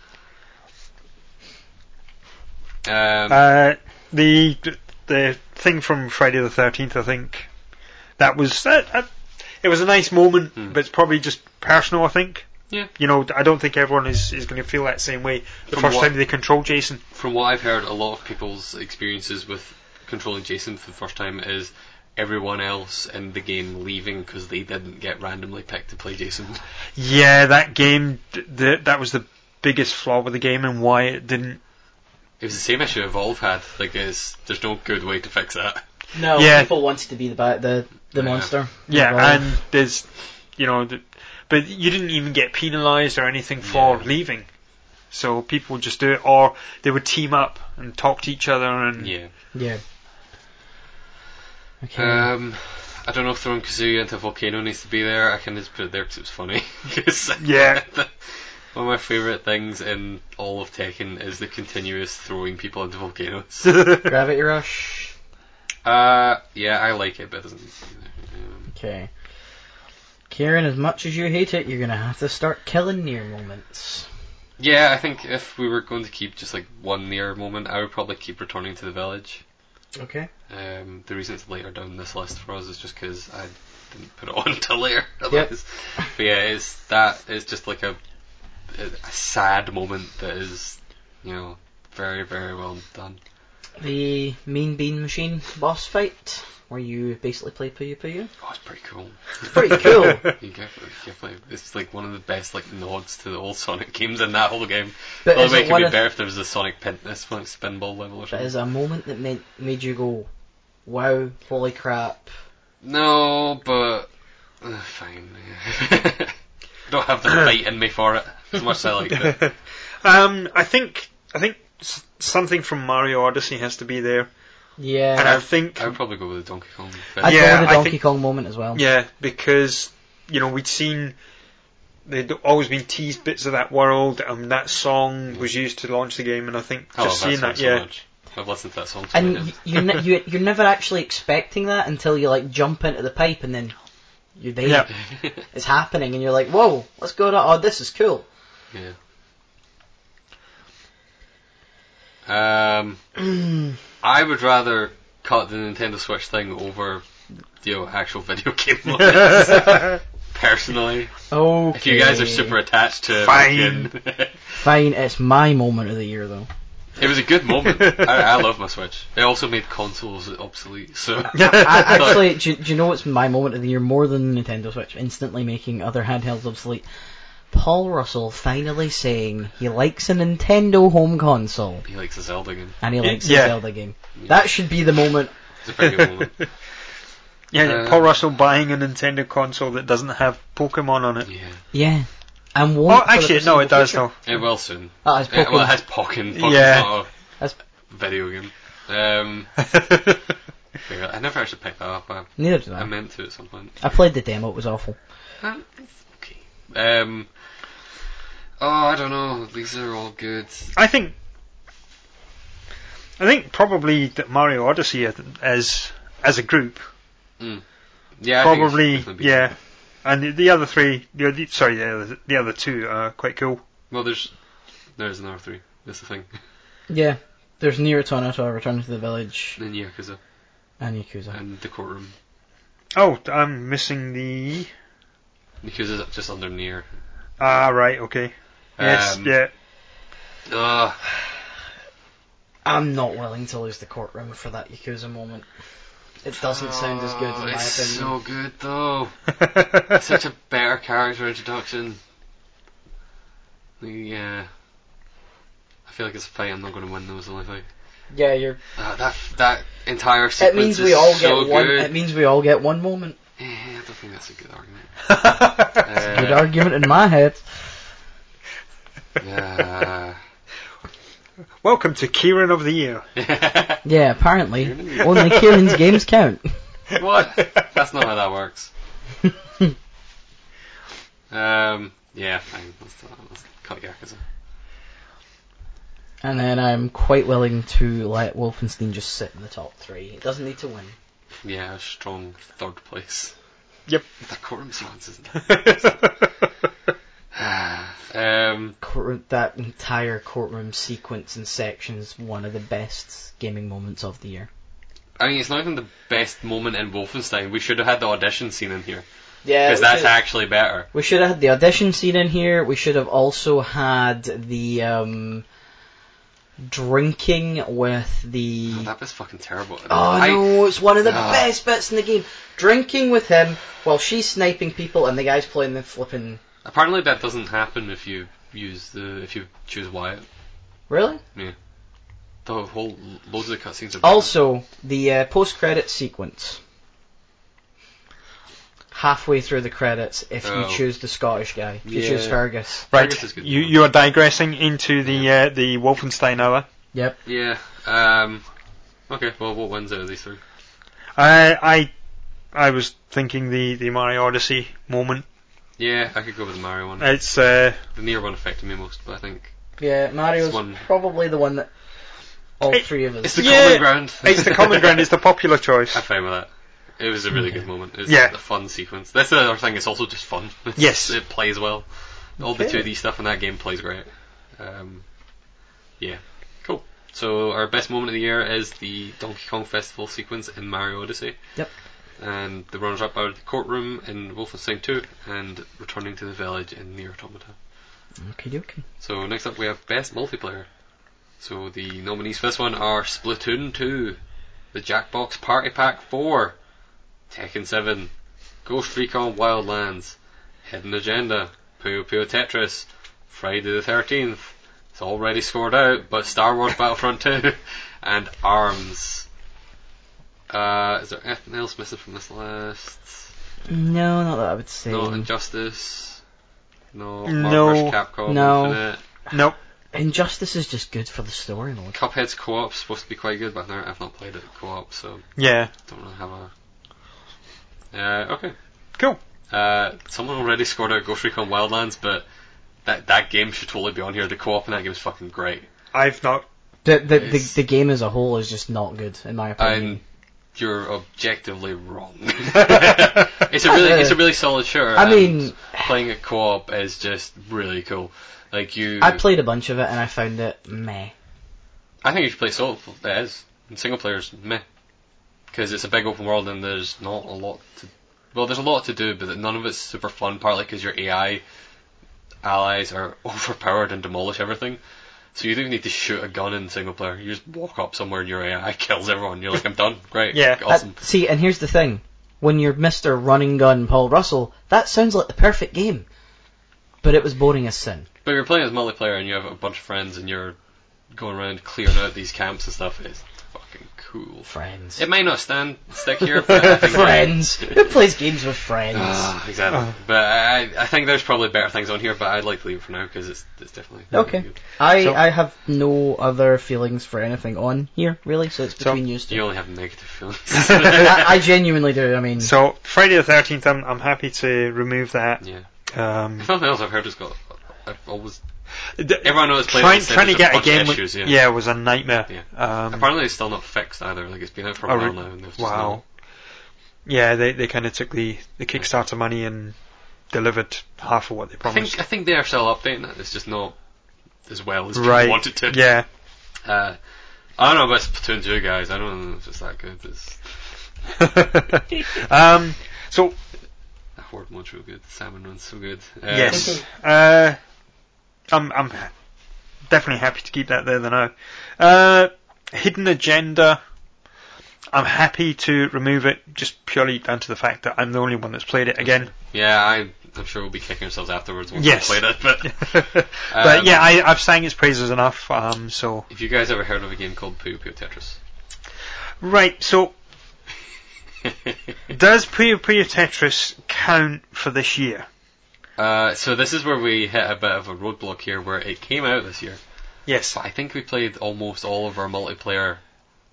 S1: Um,
S2: Uh, the the thing from Friday the Thirteenth, I think that was that. that- it was a nice moment,
S1: Hmm.
S2: but it's probably just personal. I think.
S1: Yeah.
S2: You know, I don't think everyone is, is going to feel that same way the
S1: From
S2: first
S1: what-
S2: time they control Jason.
S1: from what I've heard, a lot of people's experiences with controlling Jason for the first time is everyone else in the game leaving because they didn't get randomly picked to play Jason.
S2: Yeah, that game. th- The, that was the biggest flaw with the game and why it didn't.
S1: It was the same issue Evolve had. Like, there's there's no good way to fix that.
S3: No,
S2: Yeah.
S3: people wanted to be the ba- the the
S1: Yeah.
S3: monster.
S2: Yeah,
S3: Well,
S2: and there's, you know, the, but you didn't even get penalised or anything for
S1: Yeah.
S2: leaving. So people would just do it, or they would team up and talk to each other and
S1: Yeah.
S3: yeah. Okay.
S2: Uh,
S1: Um, I don't know if throwing Kazuya into a volcano needs to be there. I can just put it there because it's funny. 'Cause
S2: Yeah.
S1: One of my favourite things in all of Tekken is the continuous throwing people into volcanoes.
S3: Gravity Rush.
S1: uh, yeah, I like it, but it doesn't need to be there. Um,
S3: Okay. Kieran, as much as you hate it, you're gonna have to start killing near moments.
S1: Yeah, I think if we were going to keep just like one near moment, I would probably keep returning to the village.
S3: Okay.
S1: Um, the reason it's later down this list for us is just because I didn't put it on till later. Otherwise. But yeah, it's that. It's just like a, a sad moment that is, you know, very very well done.
S3: The Mean Bean Machine boss fight, where you basically play Puyo Puyo.
S1: Oh, it's pretty cool.
S3: It's pretty cool.
S1: You get, you get play. It's like one of the best like nods to the old Sonic games in that whole game.
S3: But
S1: Probably
S3: is
S1: way it
S3: it
S1: could
S3: one
S1: be
S3: of,
S1: better if there was a Sonic pin, a Sonic spinball level or
S3: but
S1: something.
S3: is a moment that made made you go, "Wow, holy crap!"
S1: No, but uh, fine. I don't have the fight in me for it. As much as I like it.
S2: um, I think I think s- something from Mario Odyssey has to be there,
S3: Yeah.
S2: and I think
S1: I would probably go with the Donkey Kong. But
S3: I'd
S2: Yeah,
S3: go with
S2: I
S3: the Donkey
S2: think-
S3: Kong moment as well.
S2: yeah, because you know we'd seen they'd always been teased bits of that world, and that song was used to launch the game, and I think
S1: I love
S2: just seeing
S1: Oh, that song
S2: that,
S1: so
S2: yeah,
S1: much. I've listened to that song so
S3: And
S1: many
S3: y-
S1: times.
S3: you're, ne- you you're never actually expecting that until you like jump into the pipe and then you're there.
S2: Yeah.
S3: It's happening and you're like, whoa, what's going on? Oh, this is cool.
S1: yeah. Um,
S3: Hmm.
S1: I would rather cut the Nintendo Switch thing over you know actual video game moments. Personally,
S3: Okay.
S1: if you guys are super attached to
S2: Fine.
S1: fucking-
S3: Fine, it's my moment of the year though.
S1: It was a good moment. I, I love my Switch. It also made consoles obsolete, so
S3: I, actually, do, do you know what's my moment of the year more than the Nintendo Switch instantly making other handhelds obsolete? Paul Russell finally saying he likes a Nintendo home console
S1: he likes the Zelda game.
S3: and he likes
S2: Yeah.
S3: a Zelda game. That should be the moment.
S1: It's a pretty good moment.
S2: yeah,
S1: Uh,
S2: Paul Russell buying a Nintendo console that doesn't have Pokemon on it.
S1: Yeah,
S3: Yeah. And one.
S2: Oh, actually, no, it does though.
S1: it will soon.
S3: That is
S1: It,
S3: Ah, Pokemon.
S1: well, it has Pokken. Pokken's
S2: Yeah.
S1: not a
S3: That's-
S1: video game. Um, figure- I never actually picked that up. I,
S3: Neither did
S1: I
S3: I.
S1: meant to at some point.
S3: I played the demo, it was awful.
S1: Uh, it's okay. Um, oh, I don't know. These are all good.
S2: I think I think probably that Mario Odyssey as as a group
S1: Yeah, I think it should
S2: probably
S1: definitely be-
S2: yeah, and the, the other three the, the sorry the other, the other two are quite cool.
S1: Well, there's there's another three. That's the thing.
S3: Yeah. There's Nier Automata, Return to the Village,
S1: Then Yakuza
S3: and Yakuza.
S1: and the courtroom.
S2: Oh, I'm missing the
S1: Yakuza's just under near.
S2: ah right okay yes
S1: Um,
S2: yeah
S1: Uh,
S3: I'm not willing to lose the courtroom for that Yakuza moment. It doesn't sound as good in
S1: Oh,
S3: my opinion.
S1: it's so good though. Such a better character introduction. Yeah. I feel like it's a fight. I'm not going to win though. Is the only thing.
S3: yeah, you're.
S1: Uh, that that entire
S3: It
S1: sequence
S3: means
S1: is
S3: we all
S1: so
S3: get one.
S1: good.
S3: It means we all get one moment.
S1: Eh, I don't think that's a good argument.
S3: Good
S1: Uh,
S3: argument in my head.
S1: yeah.
S2: Welcome to Kieran of the Year.
S3: Yeah, apparently only Kieran's games count.
S1: what? That's not how that works. Um. Yeah. Fine. Let's, let's cut Yakuza.
S3: And then I'm quite willing to let Wolfenstein just sit in the top three. It doesn't need to win.
S1: Yeah. a Strong third place.
S2: Yep.
S1: That courtroom sequence isn't. Um,
S3: Courtroom, that entire courtroom sequence and sections, one of the best gaming moments of the year.
S1: I mean, it's not even the best moment in Wolfenstein. We should have had the audition scene in here because that's actually better.
S3: We should have had the audition scene in here. We should have also had the um, drinking with the.
S1: That was fucking terrible.
S3: Oh
S1: I-
S3: no, it's one of the
S1: Ah.
S3: best bits in the game. Drinking with him while she's sniping people and the guy's playing the flipping.
S1: Apparently, that doesn't happen if you use the if you choose Wyatt.
S3: Really?
S1: The whole loads of the cutscenes. are better.
S3: Also, the uh, post credit sequence. Halfway through the credits, if
S1: Oh.
S3: you choose the Scottish guy, if you
S1: Yeah.
S3: choose Fergus.
S1: Fergus is
S2: Right,
S1: good.
S2: you you are digressing into the uh, the Wolfenstein hour.
S3: Yep.
S1: yeah. Um. Okay. Well, what wins out of these three?
S2: I I I was thinking the the Mario Odyssey moment.
S1: Yeah, I could go with the Mario one.
S2: It's uh,
S1: The near one affected me most, but I think
S3: Yeah, Mario's
S1: It's one-
S3: probably the one that all
S2: It-
S3: three of us.
S1: it's the
S2: Yeah.
S1: common ground.
S2: it's the common ground. It's the popular choice.
S1: I'm fine with that. It was a really good moment. It's
S2: Yeah.
S1: a fun sequence. That's the other thing. It's also just fun. It's-
S2: Yes.
S1: it plays well. All the
S3: Okay.
S1: 2D stuff in that game plays great. Um, yeah, cool. So our best moment of the year is the Donkey Kong Festival sequence in Mario Odyssey.
S3: Yep.
S1: And the runners-up are the courtroom in Wolfenstein 2 and returning to the village in Near Automata.
S3: Okay, dokie.
S1: So next up we have best multiplayer. So the nominees for this one are Splatoon 2, the Jackbox Party Pack 4, Tekken 7, Ghost Recon Wildlands, Hidden Agenda, Puyo Puyo Tetris, Friday the 13th. It's already scored out, but Star Wars Battlefront 2 and Arms. Uh, is there anything else missing from this list?
S3: No, not that I would say.
S1: No Injustice. No. Marvel
S2: No.
S1: vs. Capcom.
S3: No.
S1: Infinite.
S2: Nope.
S3: Injustice is just good for the story mode.
S1: Cuphead's co-op's supposed to be quite good, but I've, never, I've not played it co-op, so
S2: Yeah.
S1: don't really have a. Uh, okay.
S2: Cool.
S1: Uh, someone already scored out Ghost Recon Wildlands, but that that game should totally be on here. The co-op in that game is fucking great.
S2: I've not.
S3: The the, the
S1: It's-
S3: the game as a whole is just not good in my opinion.
S1: And you're objectively wrong. it's a really it's a really solid shooter.
S3: I
S1: and
S3: mean-
S1: playing it co-op is just really cool. Like you,
S3: I played a bunch of it and I found it meh.
S1: I think you should play solo as single players meh, because it's a big open world and there's not a lot to. Well, there's a lot to do, but none of it's super fun. Partly because your AI allies are overpowered and demolish everything, so you don't even need to shoot a gun in single player. You just walk up somewhere and your AI kills everyone. You're like, I'm done. Great.
S2: Yeah.
S1: Awesome.
S3: Uh, see, and here's the thing: when you're Mister Running Gun Paul Russell, that sounds like the perfect game, but it was boring as sin.
S1: but if you're playing as multiplayer and you have a bunch of friends and you're going around clearing out these camps and stuff. It's fucking cool.
S3: Friends,
S1: It may not stand stick here, but I think
S3: friends. Who plays games with friends?
S1: Ah, exactly.
S2: Oh.
S1: But I, I think there's probably better things on here, but I'd like to leave it for now because it's, it's definitely
S3: Okay.
S1: Good.
S3: I
S2: So-
S3: I have no other feelings for anything on here really, so it's
S2: So-
S3: between you two.
S1: You only have negative feelings.
S3: I, I genuinely do. I mean,
S2: So Friday the thirteenth, I'm I'm happy to remove that.
S1: yeah.
S2: Um,
S1: If nothing else, I've heard it's got. I've always
S2: d-
S1: everyone knows playing
S2: trying trying to get a game. with-
S1: issues. Yeah.
S2: yeah, was a nightmare. Um,
S1: Apparently, it's still not fixed either. Like it's been out for a
S2: Oh,
S1: while
S2: re-
S1: now, and they've just
S2: Wow.
S1: not-
S2: Yeah, they they kind of took the the Kickstarter money and delivered half of what they
S1: I
S2: promised.
S1: think I think they are still updating it. It's just not as well as
S2: right.
S1: people wanted to.
S2: Yeah.
S1: Uh, I don't know about Splatoon 2, guys. I don't know if it's that good. It's
S2: um.
S1: Uh,
S2: So
S1: a horde one's real good. The salmon one's so good. Uh,
S2: yes. Uh. I'm I'm definitely happy to keep that there. Than now. Uh. Hidden agenda. I'm happy to remove it just purely down to the fact that I'm the only one that's played it again.
S1: Yeah, I, I'm sure we'll be kicking ourselves afterwards once
S2: Yes.
S1: we play that. But
S2: but
S1: Um,
S2: yeah, I, I've sang its praises enough. Um, so
S1: if you guys ever heard of a game called Puyo Puyo Tetris,
S2: right, so does Puyo Puyo Tetris count for this year?
S1: uh, so this is where we hit a bit of a roadblock here, where it came out this year,
S2: Yes,
S1: but I think we played almost all of our multiplayer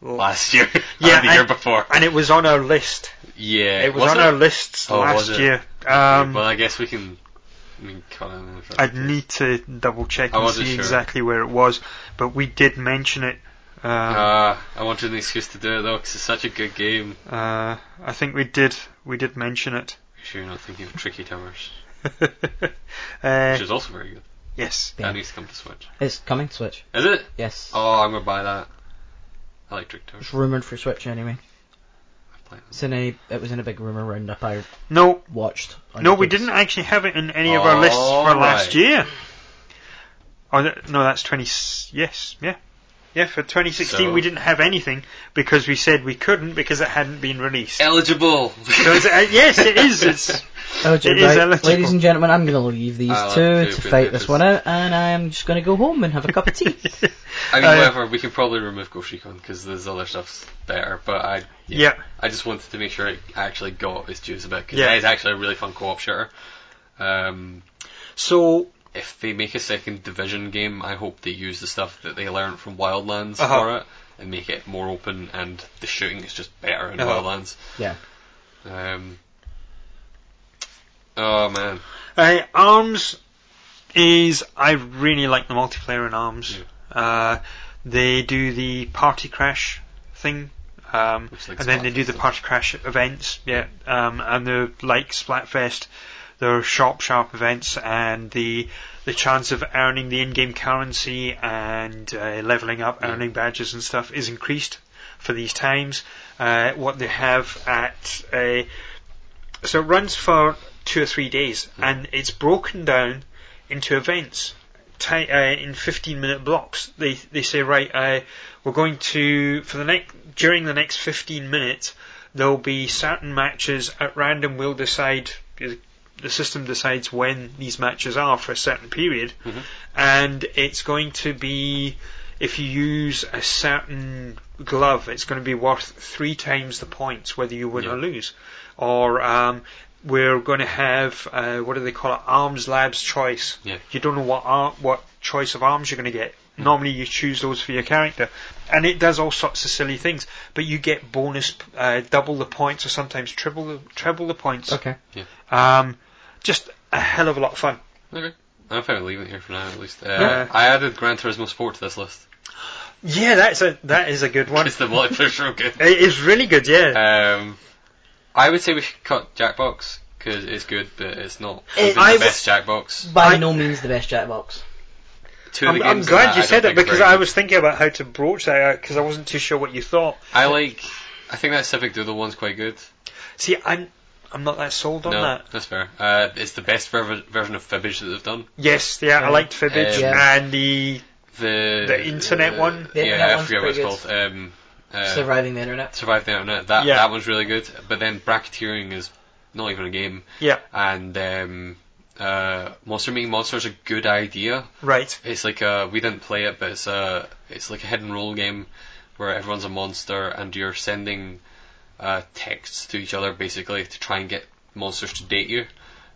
S2: and
S1: last year,
S2: Oh. Yeah,
S1: and the year
S2: and-
S1: before.
S2: it was on our list.
S1: yeah,
S2: It was on our lists
S1: Oh, was
S2: last
S1: it?
S2: year.
S1: Um, well,
S2: Um,
S1: I guess we can. I mean, cut in if that
S2: I'd
S1: case.
S2: need to double check
S1: I
S2: and
S1: wasn't
S2: see
S1: sure.
S2: exactly where it was, but we did mention it. Um,
S1: Uh, I wanted an excuse to do it though, because it's such a good game.
S2: uh, I uh, think we did. We did mention it.
S1: Are you sure you're not thinking of Tricky Towers?
S2: uh,
S1: which is also very good.
S2: yes.
S1: That
S3: Yeah.
S1: needs to come to Switch.
S3: It's coming to Switch.
S1: Is it?
S3: Yes.
S1: Oh, I'm gonna buy that. Electric Tour.
S3: It's rumored for Switch anyway.
S1: I'm playing
S3: It's in a, it was in a big rumor roundup I
S2: No,
S3: watched. on
S2: no, we
S3: Gigs.
S2: didn't actually have it in any of our lists for
S1: All
S2: last
S1: right.
S2: year. Oh th- no, that's twenty. s- Yes, yeah, yeah. For 2016,
S1: So-
S2: we didn't have anything because we said we couldn't because it hadn't been released.
S1: Eligible.
S2: So it's- uh, yes, it is. It's
S3: Oh,
S2: It
S3: right.
S2: is eligible.
S3: Ladies and gentlemen, I'm going to leave these
S1: I'll have
S3: two
S1: to
S3: to
S1: put
S3: fight
S1: this-
S3: this one out, and I'm just going to go home and have a cup of tea.
S1: I mean,
S2: Uh,
S1: whatever. We can probably remove Goshikon because there's other stuff's better. But I,
S2: yeah.
S1: I just wanted to make sure it actually got its dues a bit. 'cause
S2: Yeah.
S1: that is actually a really fun co-op shooter. Um,
S2: So
S1: if they make a second division game, I hope they use the stuff that they learned from Wildlands
S2: Uh-huh.
S1: for it and make it more open. And the shooting is just better in
S2: Uh-huh.
S1: Wildlands.
S3: Yeah.
S1: Um, oh man,
S2: Uh, Arms is I really like the multiplayer in Arms. Uh, they do the party crash thing, um,
S1: Looks like
S2: and then they do
S1: Splatfest,
S2: the
S1: doesn't
S2: party crash events. Yeah, um, and the like Splatfest, the shop sharp events, and the the chance of earning the in-game currency and uh, leveling up,
S1: Yeah.
S2: earning badges and stuff is increased for these times. Uh, what they have at uh, so it runs for two or three days,
S1: Mm-hmm.
S2: and it's broken down into events ti uh, in 15 minute blocks. They they say right, uh, we're going to for the next during the next 15 minutes there'll be certain matches at random. We'll decide the system decides when these matches are for a certain period,
S1: Mhm.
S2: and it's going to be if you use a certain glove, it's going to be worth three times the points whether you win
S1: Yeah.
S2: or lose. Or um, we're going to have uh, what do they call it? Arms labs choice.
S1: Yeah. Mm.
S2: You don't know what ar- what choice of arms you're going to get. Normally you choose those for your character, and it does all sorts of silly things. But you get bonus, uh, double the points, or sometimes triple the, treble the points.
S3: Okay.
S2: Um, just a hell of a lot of fun.
S1: okay. I'm fine with leaving it here for now, at least. Uh,
S2: Yeah.
S1: I added Gran Turismo Sport to this list.
S2: Yeah, that's a that is a good one.
S1: It's the multiplayer's real good.
S2: It is really good. Yeah,
S1: Um, I would say we should cut Jackbox because it's good, but it's not
S3: It-
S1: it's
S2: Eh, I
S1: the
S2: was-
S1: best Jackbox.
S3: By
S2: I-
S3: no means the best Jackbox.
S1: Two of
S2: I'm,
S1: the
S2: I'm
S1: games in
S2: glad
S1: that
S2: you
S1: I
S2: said
S1: don't
S2: it
S1: think are
S2: because
S1: very
S2: I was thinking about how to broach that out because I wasn't too sure what you thought.
S1: good. I like. I think that Civic Doodle one's quite good.
S2: See, I'm I'm not that sold on
S1: no,
S2: that.
S1: that's fair. Uh, it's the best ver- version of Fibbage that they've done.
S2: Yes, yeah, I
S3: Uh,
S2: liked Fibbage
S1: um,
S3: Yeah.
S2: and the
S1: The
S2: The internet
S1: uh,
S2: one?
S3: The internet
S1: yeah, I
S3: one's
S1: forget what it's
S3: pretty
S1: called. Um, uh,
S3: Surviving the internet.
S1: Survive the Internet. That
S2: Yeah.
S1: that one's really good. But then Bracketeering is not even a game.
S2: yeah
S1: And um, uh, Monster Meeting Monsters a good idea,
S2: right.
S1: It's like a we didn't play it, but it's a it's like a hidden role game where everyone's a monster and you're sending uh, texts to each other basically to try and get monsters to date you,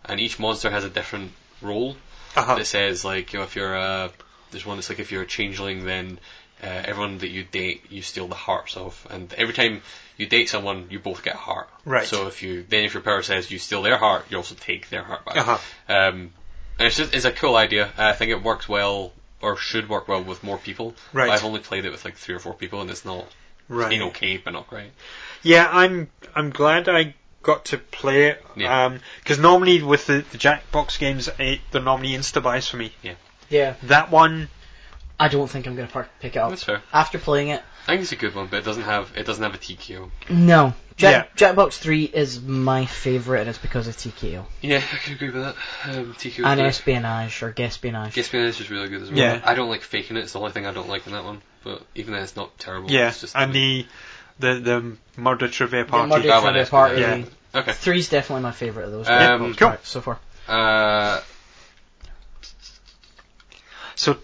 S1: and each monster has a different role
S2: Uh-huh.
S1: that says like you know if you're a there's one that's like if you're a changeling then uh, everyone that you date you steal the hearts of and every time you date someone you both get a heart
S2: Right.
S1: so if you then if your power says you steal their heart you also take their heart back
S2: Uh-huh.
S1: um, and it's just it's a cool idea I think it works well or should work well with more people
S2: Right.
S1: I've only played it with like three or four people and it's not
S2: Right.
S1: been okay but not great
S2: Yeah, I'm I'm glad I got to play it because
S1: Yeah.
S2: normally with the, the Jackbox games, it, they're normally insta buys for me.
S3: Yeah.
S2: That one,
S3: I don't think I'm going to pick it up.
S1: that's fair
S3: After playing it,
S1: I think it's a good one but it doesn't have it doesn't have a TKO
S3: no. Jack, Jackbox 3 is my favourite, and it's because of TKO.
S1: yeah I can agree with that um, TKO
S3: And
S1: is-
S3: espionage, or guespionage.
S1: Gaspian is just really good as well.
S2: Yeah.
S1: I don't like faking it. It's the only thing I don't like in that one. But even then, it's not terrible.
S2: yeah,
S1: It's just
S2: and the the the murder trivia party.
S3: murder-
S1: That one
S3: Trivia
S1: is-
S3: Party.
S1: yeah. Okay.
S3: Three's definitely my favourite of those
S1: Um,
S3: Jackbox
S2: cool.
S3: tracks so far.
S1: Uh,
S2: So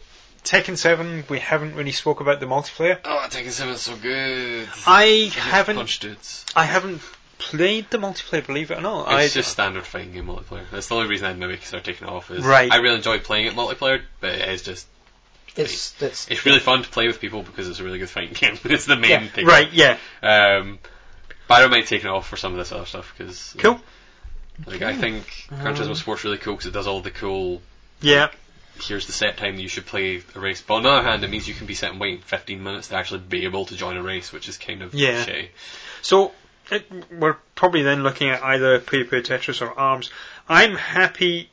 S2: Tekken Seven, we haven't really spoke about the multiplayer.
S1: oh, Tekken Seven is so good.
S2: I
S1: You just
S2: haven't
S1: punch dudes.
S2: I haven't played the multiplayer. Believe it or not,
S1: It's
S2: I
S1: just standard fighting game multiplayer. That's the only reason I know because they're taking it off. Is
S2: Right.
S1: I really enjoy playing it multiplayer, but it is just
S3: It's, it's,
S1: it's really fun to play with people because it's a really good fighting game. it's the main
S3: Yeah,
S1: thing.
S2: right. Yeah,
S1: Um, but I don't mind taking it off for some of this other stuff because
S2: cool. Uh-huh.
S1: like I think Gran Turismo
S3: Um,
S1: Sport's really cool because it does all the cool
S2: Yeah,
S1: here's the set time that you should play a race. But on the other hand, it means you can be sitting waiting 15 minutes to actually be able to join a race, which is kind of
S2: Yeah.
S1: shitty.
S2: So it, we're probably then looking at either Puyo Tetris or ARMS. I'm happy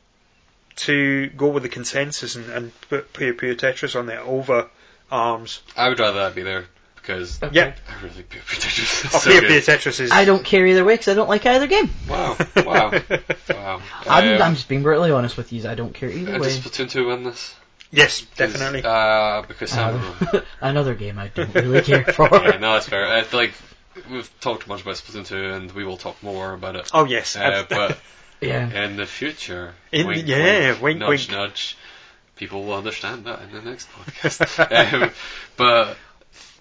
S2: to go with the consensus and, and put Puyo Puyo Tetris on there over ARMS.
S1: I would rather that be there because
S3: Okay.
S2: Yep.
S1: I really pure pretentious.
S2: Oh,
S1: It's so
S2: Puyo
S1: good.
S2: Puyo Tetris is.
S3: I don't care either way because I don't like either game.
S1: Wow, wow, wow.
S3: I'm,
S1: Um,
S3: I'm just being brutally honest with you. I don't care
S1: uh,
S3: either way.
S1: does Splatoon 2 win this?
S2: yes,
S1: 'Cause,
S2: definitely.
S1: Uh, because Sam.
S3: Um, another game I don't really care for.
S1: yeah, no, that's fair. I feel like we've talked much about Splatoon 2, and we will talk more about it.
S2: oh, yes.
S1: Uh, but
S3: Yeah.
S1: in the future,
S2: In the- yeah, wink,
S1: nudge,
S2: wink.
S1: nudge. People will understand that in the next podcast. um, but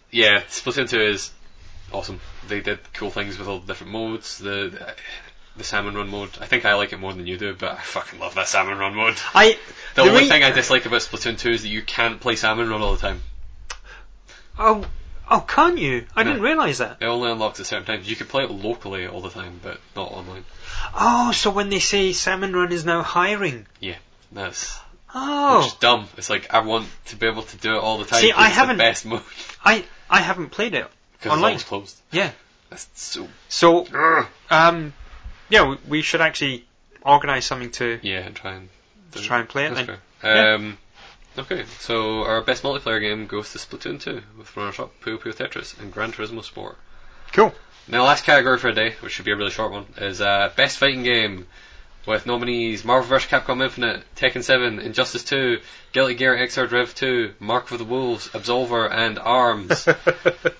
S1: yeah, Splatoon 2 is awesome. They did cool things with all the different modes. The the salmon run mode. I think I like it more than you do, but I fucking love that salmon run mode.
S2: I,
S1: The,
S2: The
S1: only
S2: re-
S1: thing I dislike about Splatoon 2 is that you can't play Salmon Run all the time.
S2: oh, oh, can't you? I
S1: No.
S2: didn't realise that.
S1: It only unlocks at certain times. You can play it locally all the time, but not online.
S2: Oh, so when they say Salmon Run is now hiring.
S1: That's
S2: Oh.
S1: which is dumb. It's like I want to be able to do it all the time.
S2: See,
S1: 'cause
S2: I
S1: it's
S2: haven't-
S1: the best mode
S2: I, I haven't played it.
S1: because it's
S2: Online.
S1: always closed.
S2: Yeah.
S1: That's so
S2: So, um, yeah, we, we should actually organise something to,
S1: yeah. and Try and
S2: to try and play it
S1: that's
S2: then.
S1: fair. Um, Okay, so our best multiplayer game goes to Splatoon 2 with runners up Puyo Puyo Tetris and Gran Turismo Sport.
S2: Cool.
S1: Now, last category for today, which should be a really short one, is uh, best fighting game with nominees Marvel vs. Capcom Infinite, Tekken 7, Injustice 2, Guilty Gear Xrd Rev 2, Mark of the Wolves, Absolver, and Arms.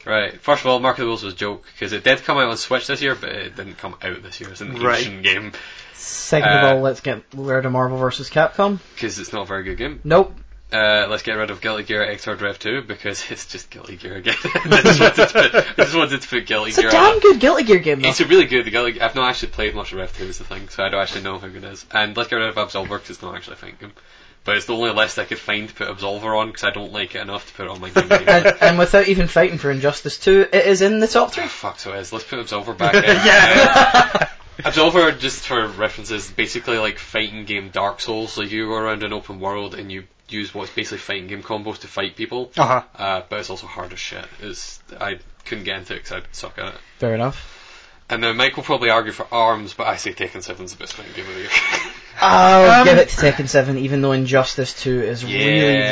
S1: right. First of all, Mark of the Wolves was a joke because it did come out on Switch this year, but it didn't come out this year. It's an
S2: Right.
S1: Asian game
S3: Second
S1: Uh,
S3: of all, let's get rid of Marvel vs. Capcom.
S1: because it's not a very good game.
S3: Nope.
S1: Uh, let's get rid of Guilty Gear Xrd Rev 2 because it's just Guilty Gear again. I, just wanted to put, I just wanted to put Guilty
S3: It's a
S1: Gear on.
S3: damn good Guilty Gear game though.
S1: It's a really good. The guy, like, I've not actually played much of Rev 2 is the thing, so I don't actually know how good it is. And let's get rid of Absolver because it's not actually a fighting game. But it's the only list I could find to put Absolver on because I don't like it enough to put it on my game. anymore.
S3: and, and without even fighting for Injustice 2, it is in the top
S1: Ah,
S3: 3.
S1: fuck, so it is. Let's put Absolver back in. Uh, Absolver, just for references, is basically like fighting game Dark Souls. So you go around an open world and you use what's basically fighting game combos to fight people.
S2: Uh huh.
S1: Uh, but it's also hard as shit. It's, I couldn't get into it because I suck at it.
S3: Fair enough.
S1: And then Mike will probably argue for Arms, but I say Taken 7's the best fighting game of the year.
S3: I'll
S2: Um,
S3: give it to Tekken 7, even though Injustice 2 is
S1: Yeah.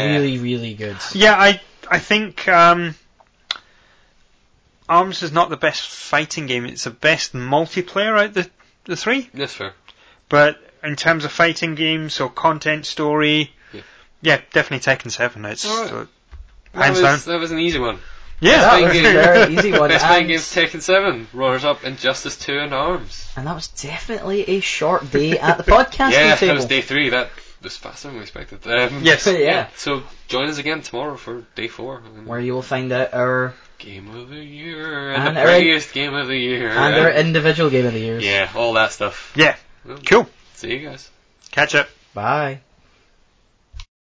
S3: really, really, really good.
S2: Yeah, I, I think, um, Arms is not the best fighting game. It's the best multiplayer out the the three.
S1: That's fair.
S2: But in terms of fighting games or content story,
S1: Yeah.
S2: yeah, definitely Tekken Seven. It's
S1: All right.
S2: uh,
S1: That
S2: hands
S1: was,
S2: down.
S1: that was an easy one.
S2: Yeah,
S3: That was a
S1: Fighting game.
S3: very easy one.
S1: Best fighting
S3: And,
S1: game's Tekken 7, runners up Injustice 2 and Arms.
S3: and that was definitely a short day at the podcasting
S1: yeah, that
S3: table.
S1: was day 3. That was faster than we expected. Um,
S2: Yes.
S3: yeah.
S1: So join us again tomorrow for day 4. and
S3: Where you will find out our
S1: Game of the year and,
S3: And
S1: the
S3: our-
S1: prettiest game of the year.
S3: and our individual game of the years.
S1: yeah, all that stuff.
S2: yeah,
S1: Well,
S2: cool.
S1: See you guys.
S2: Catch up.
S3: Bye.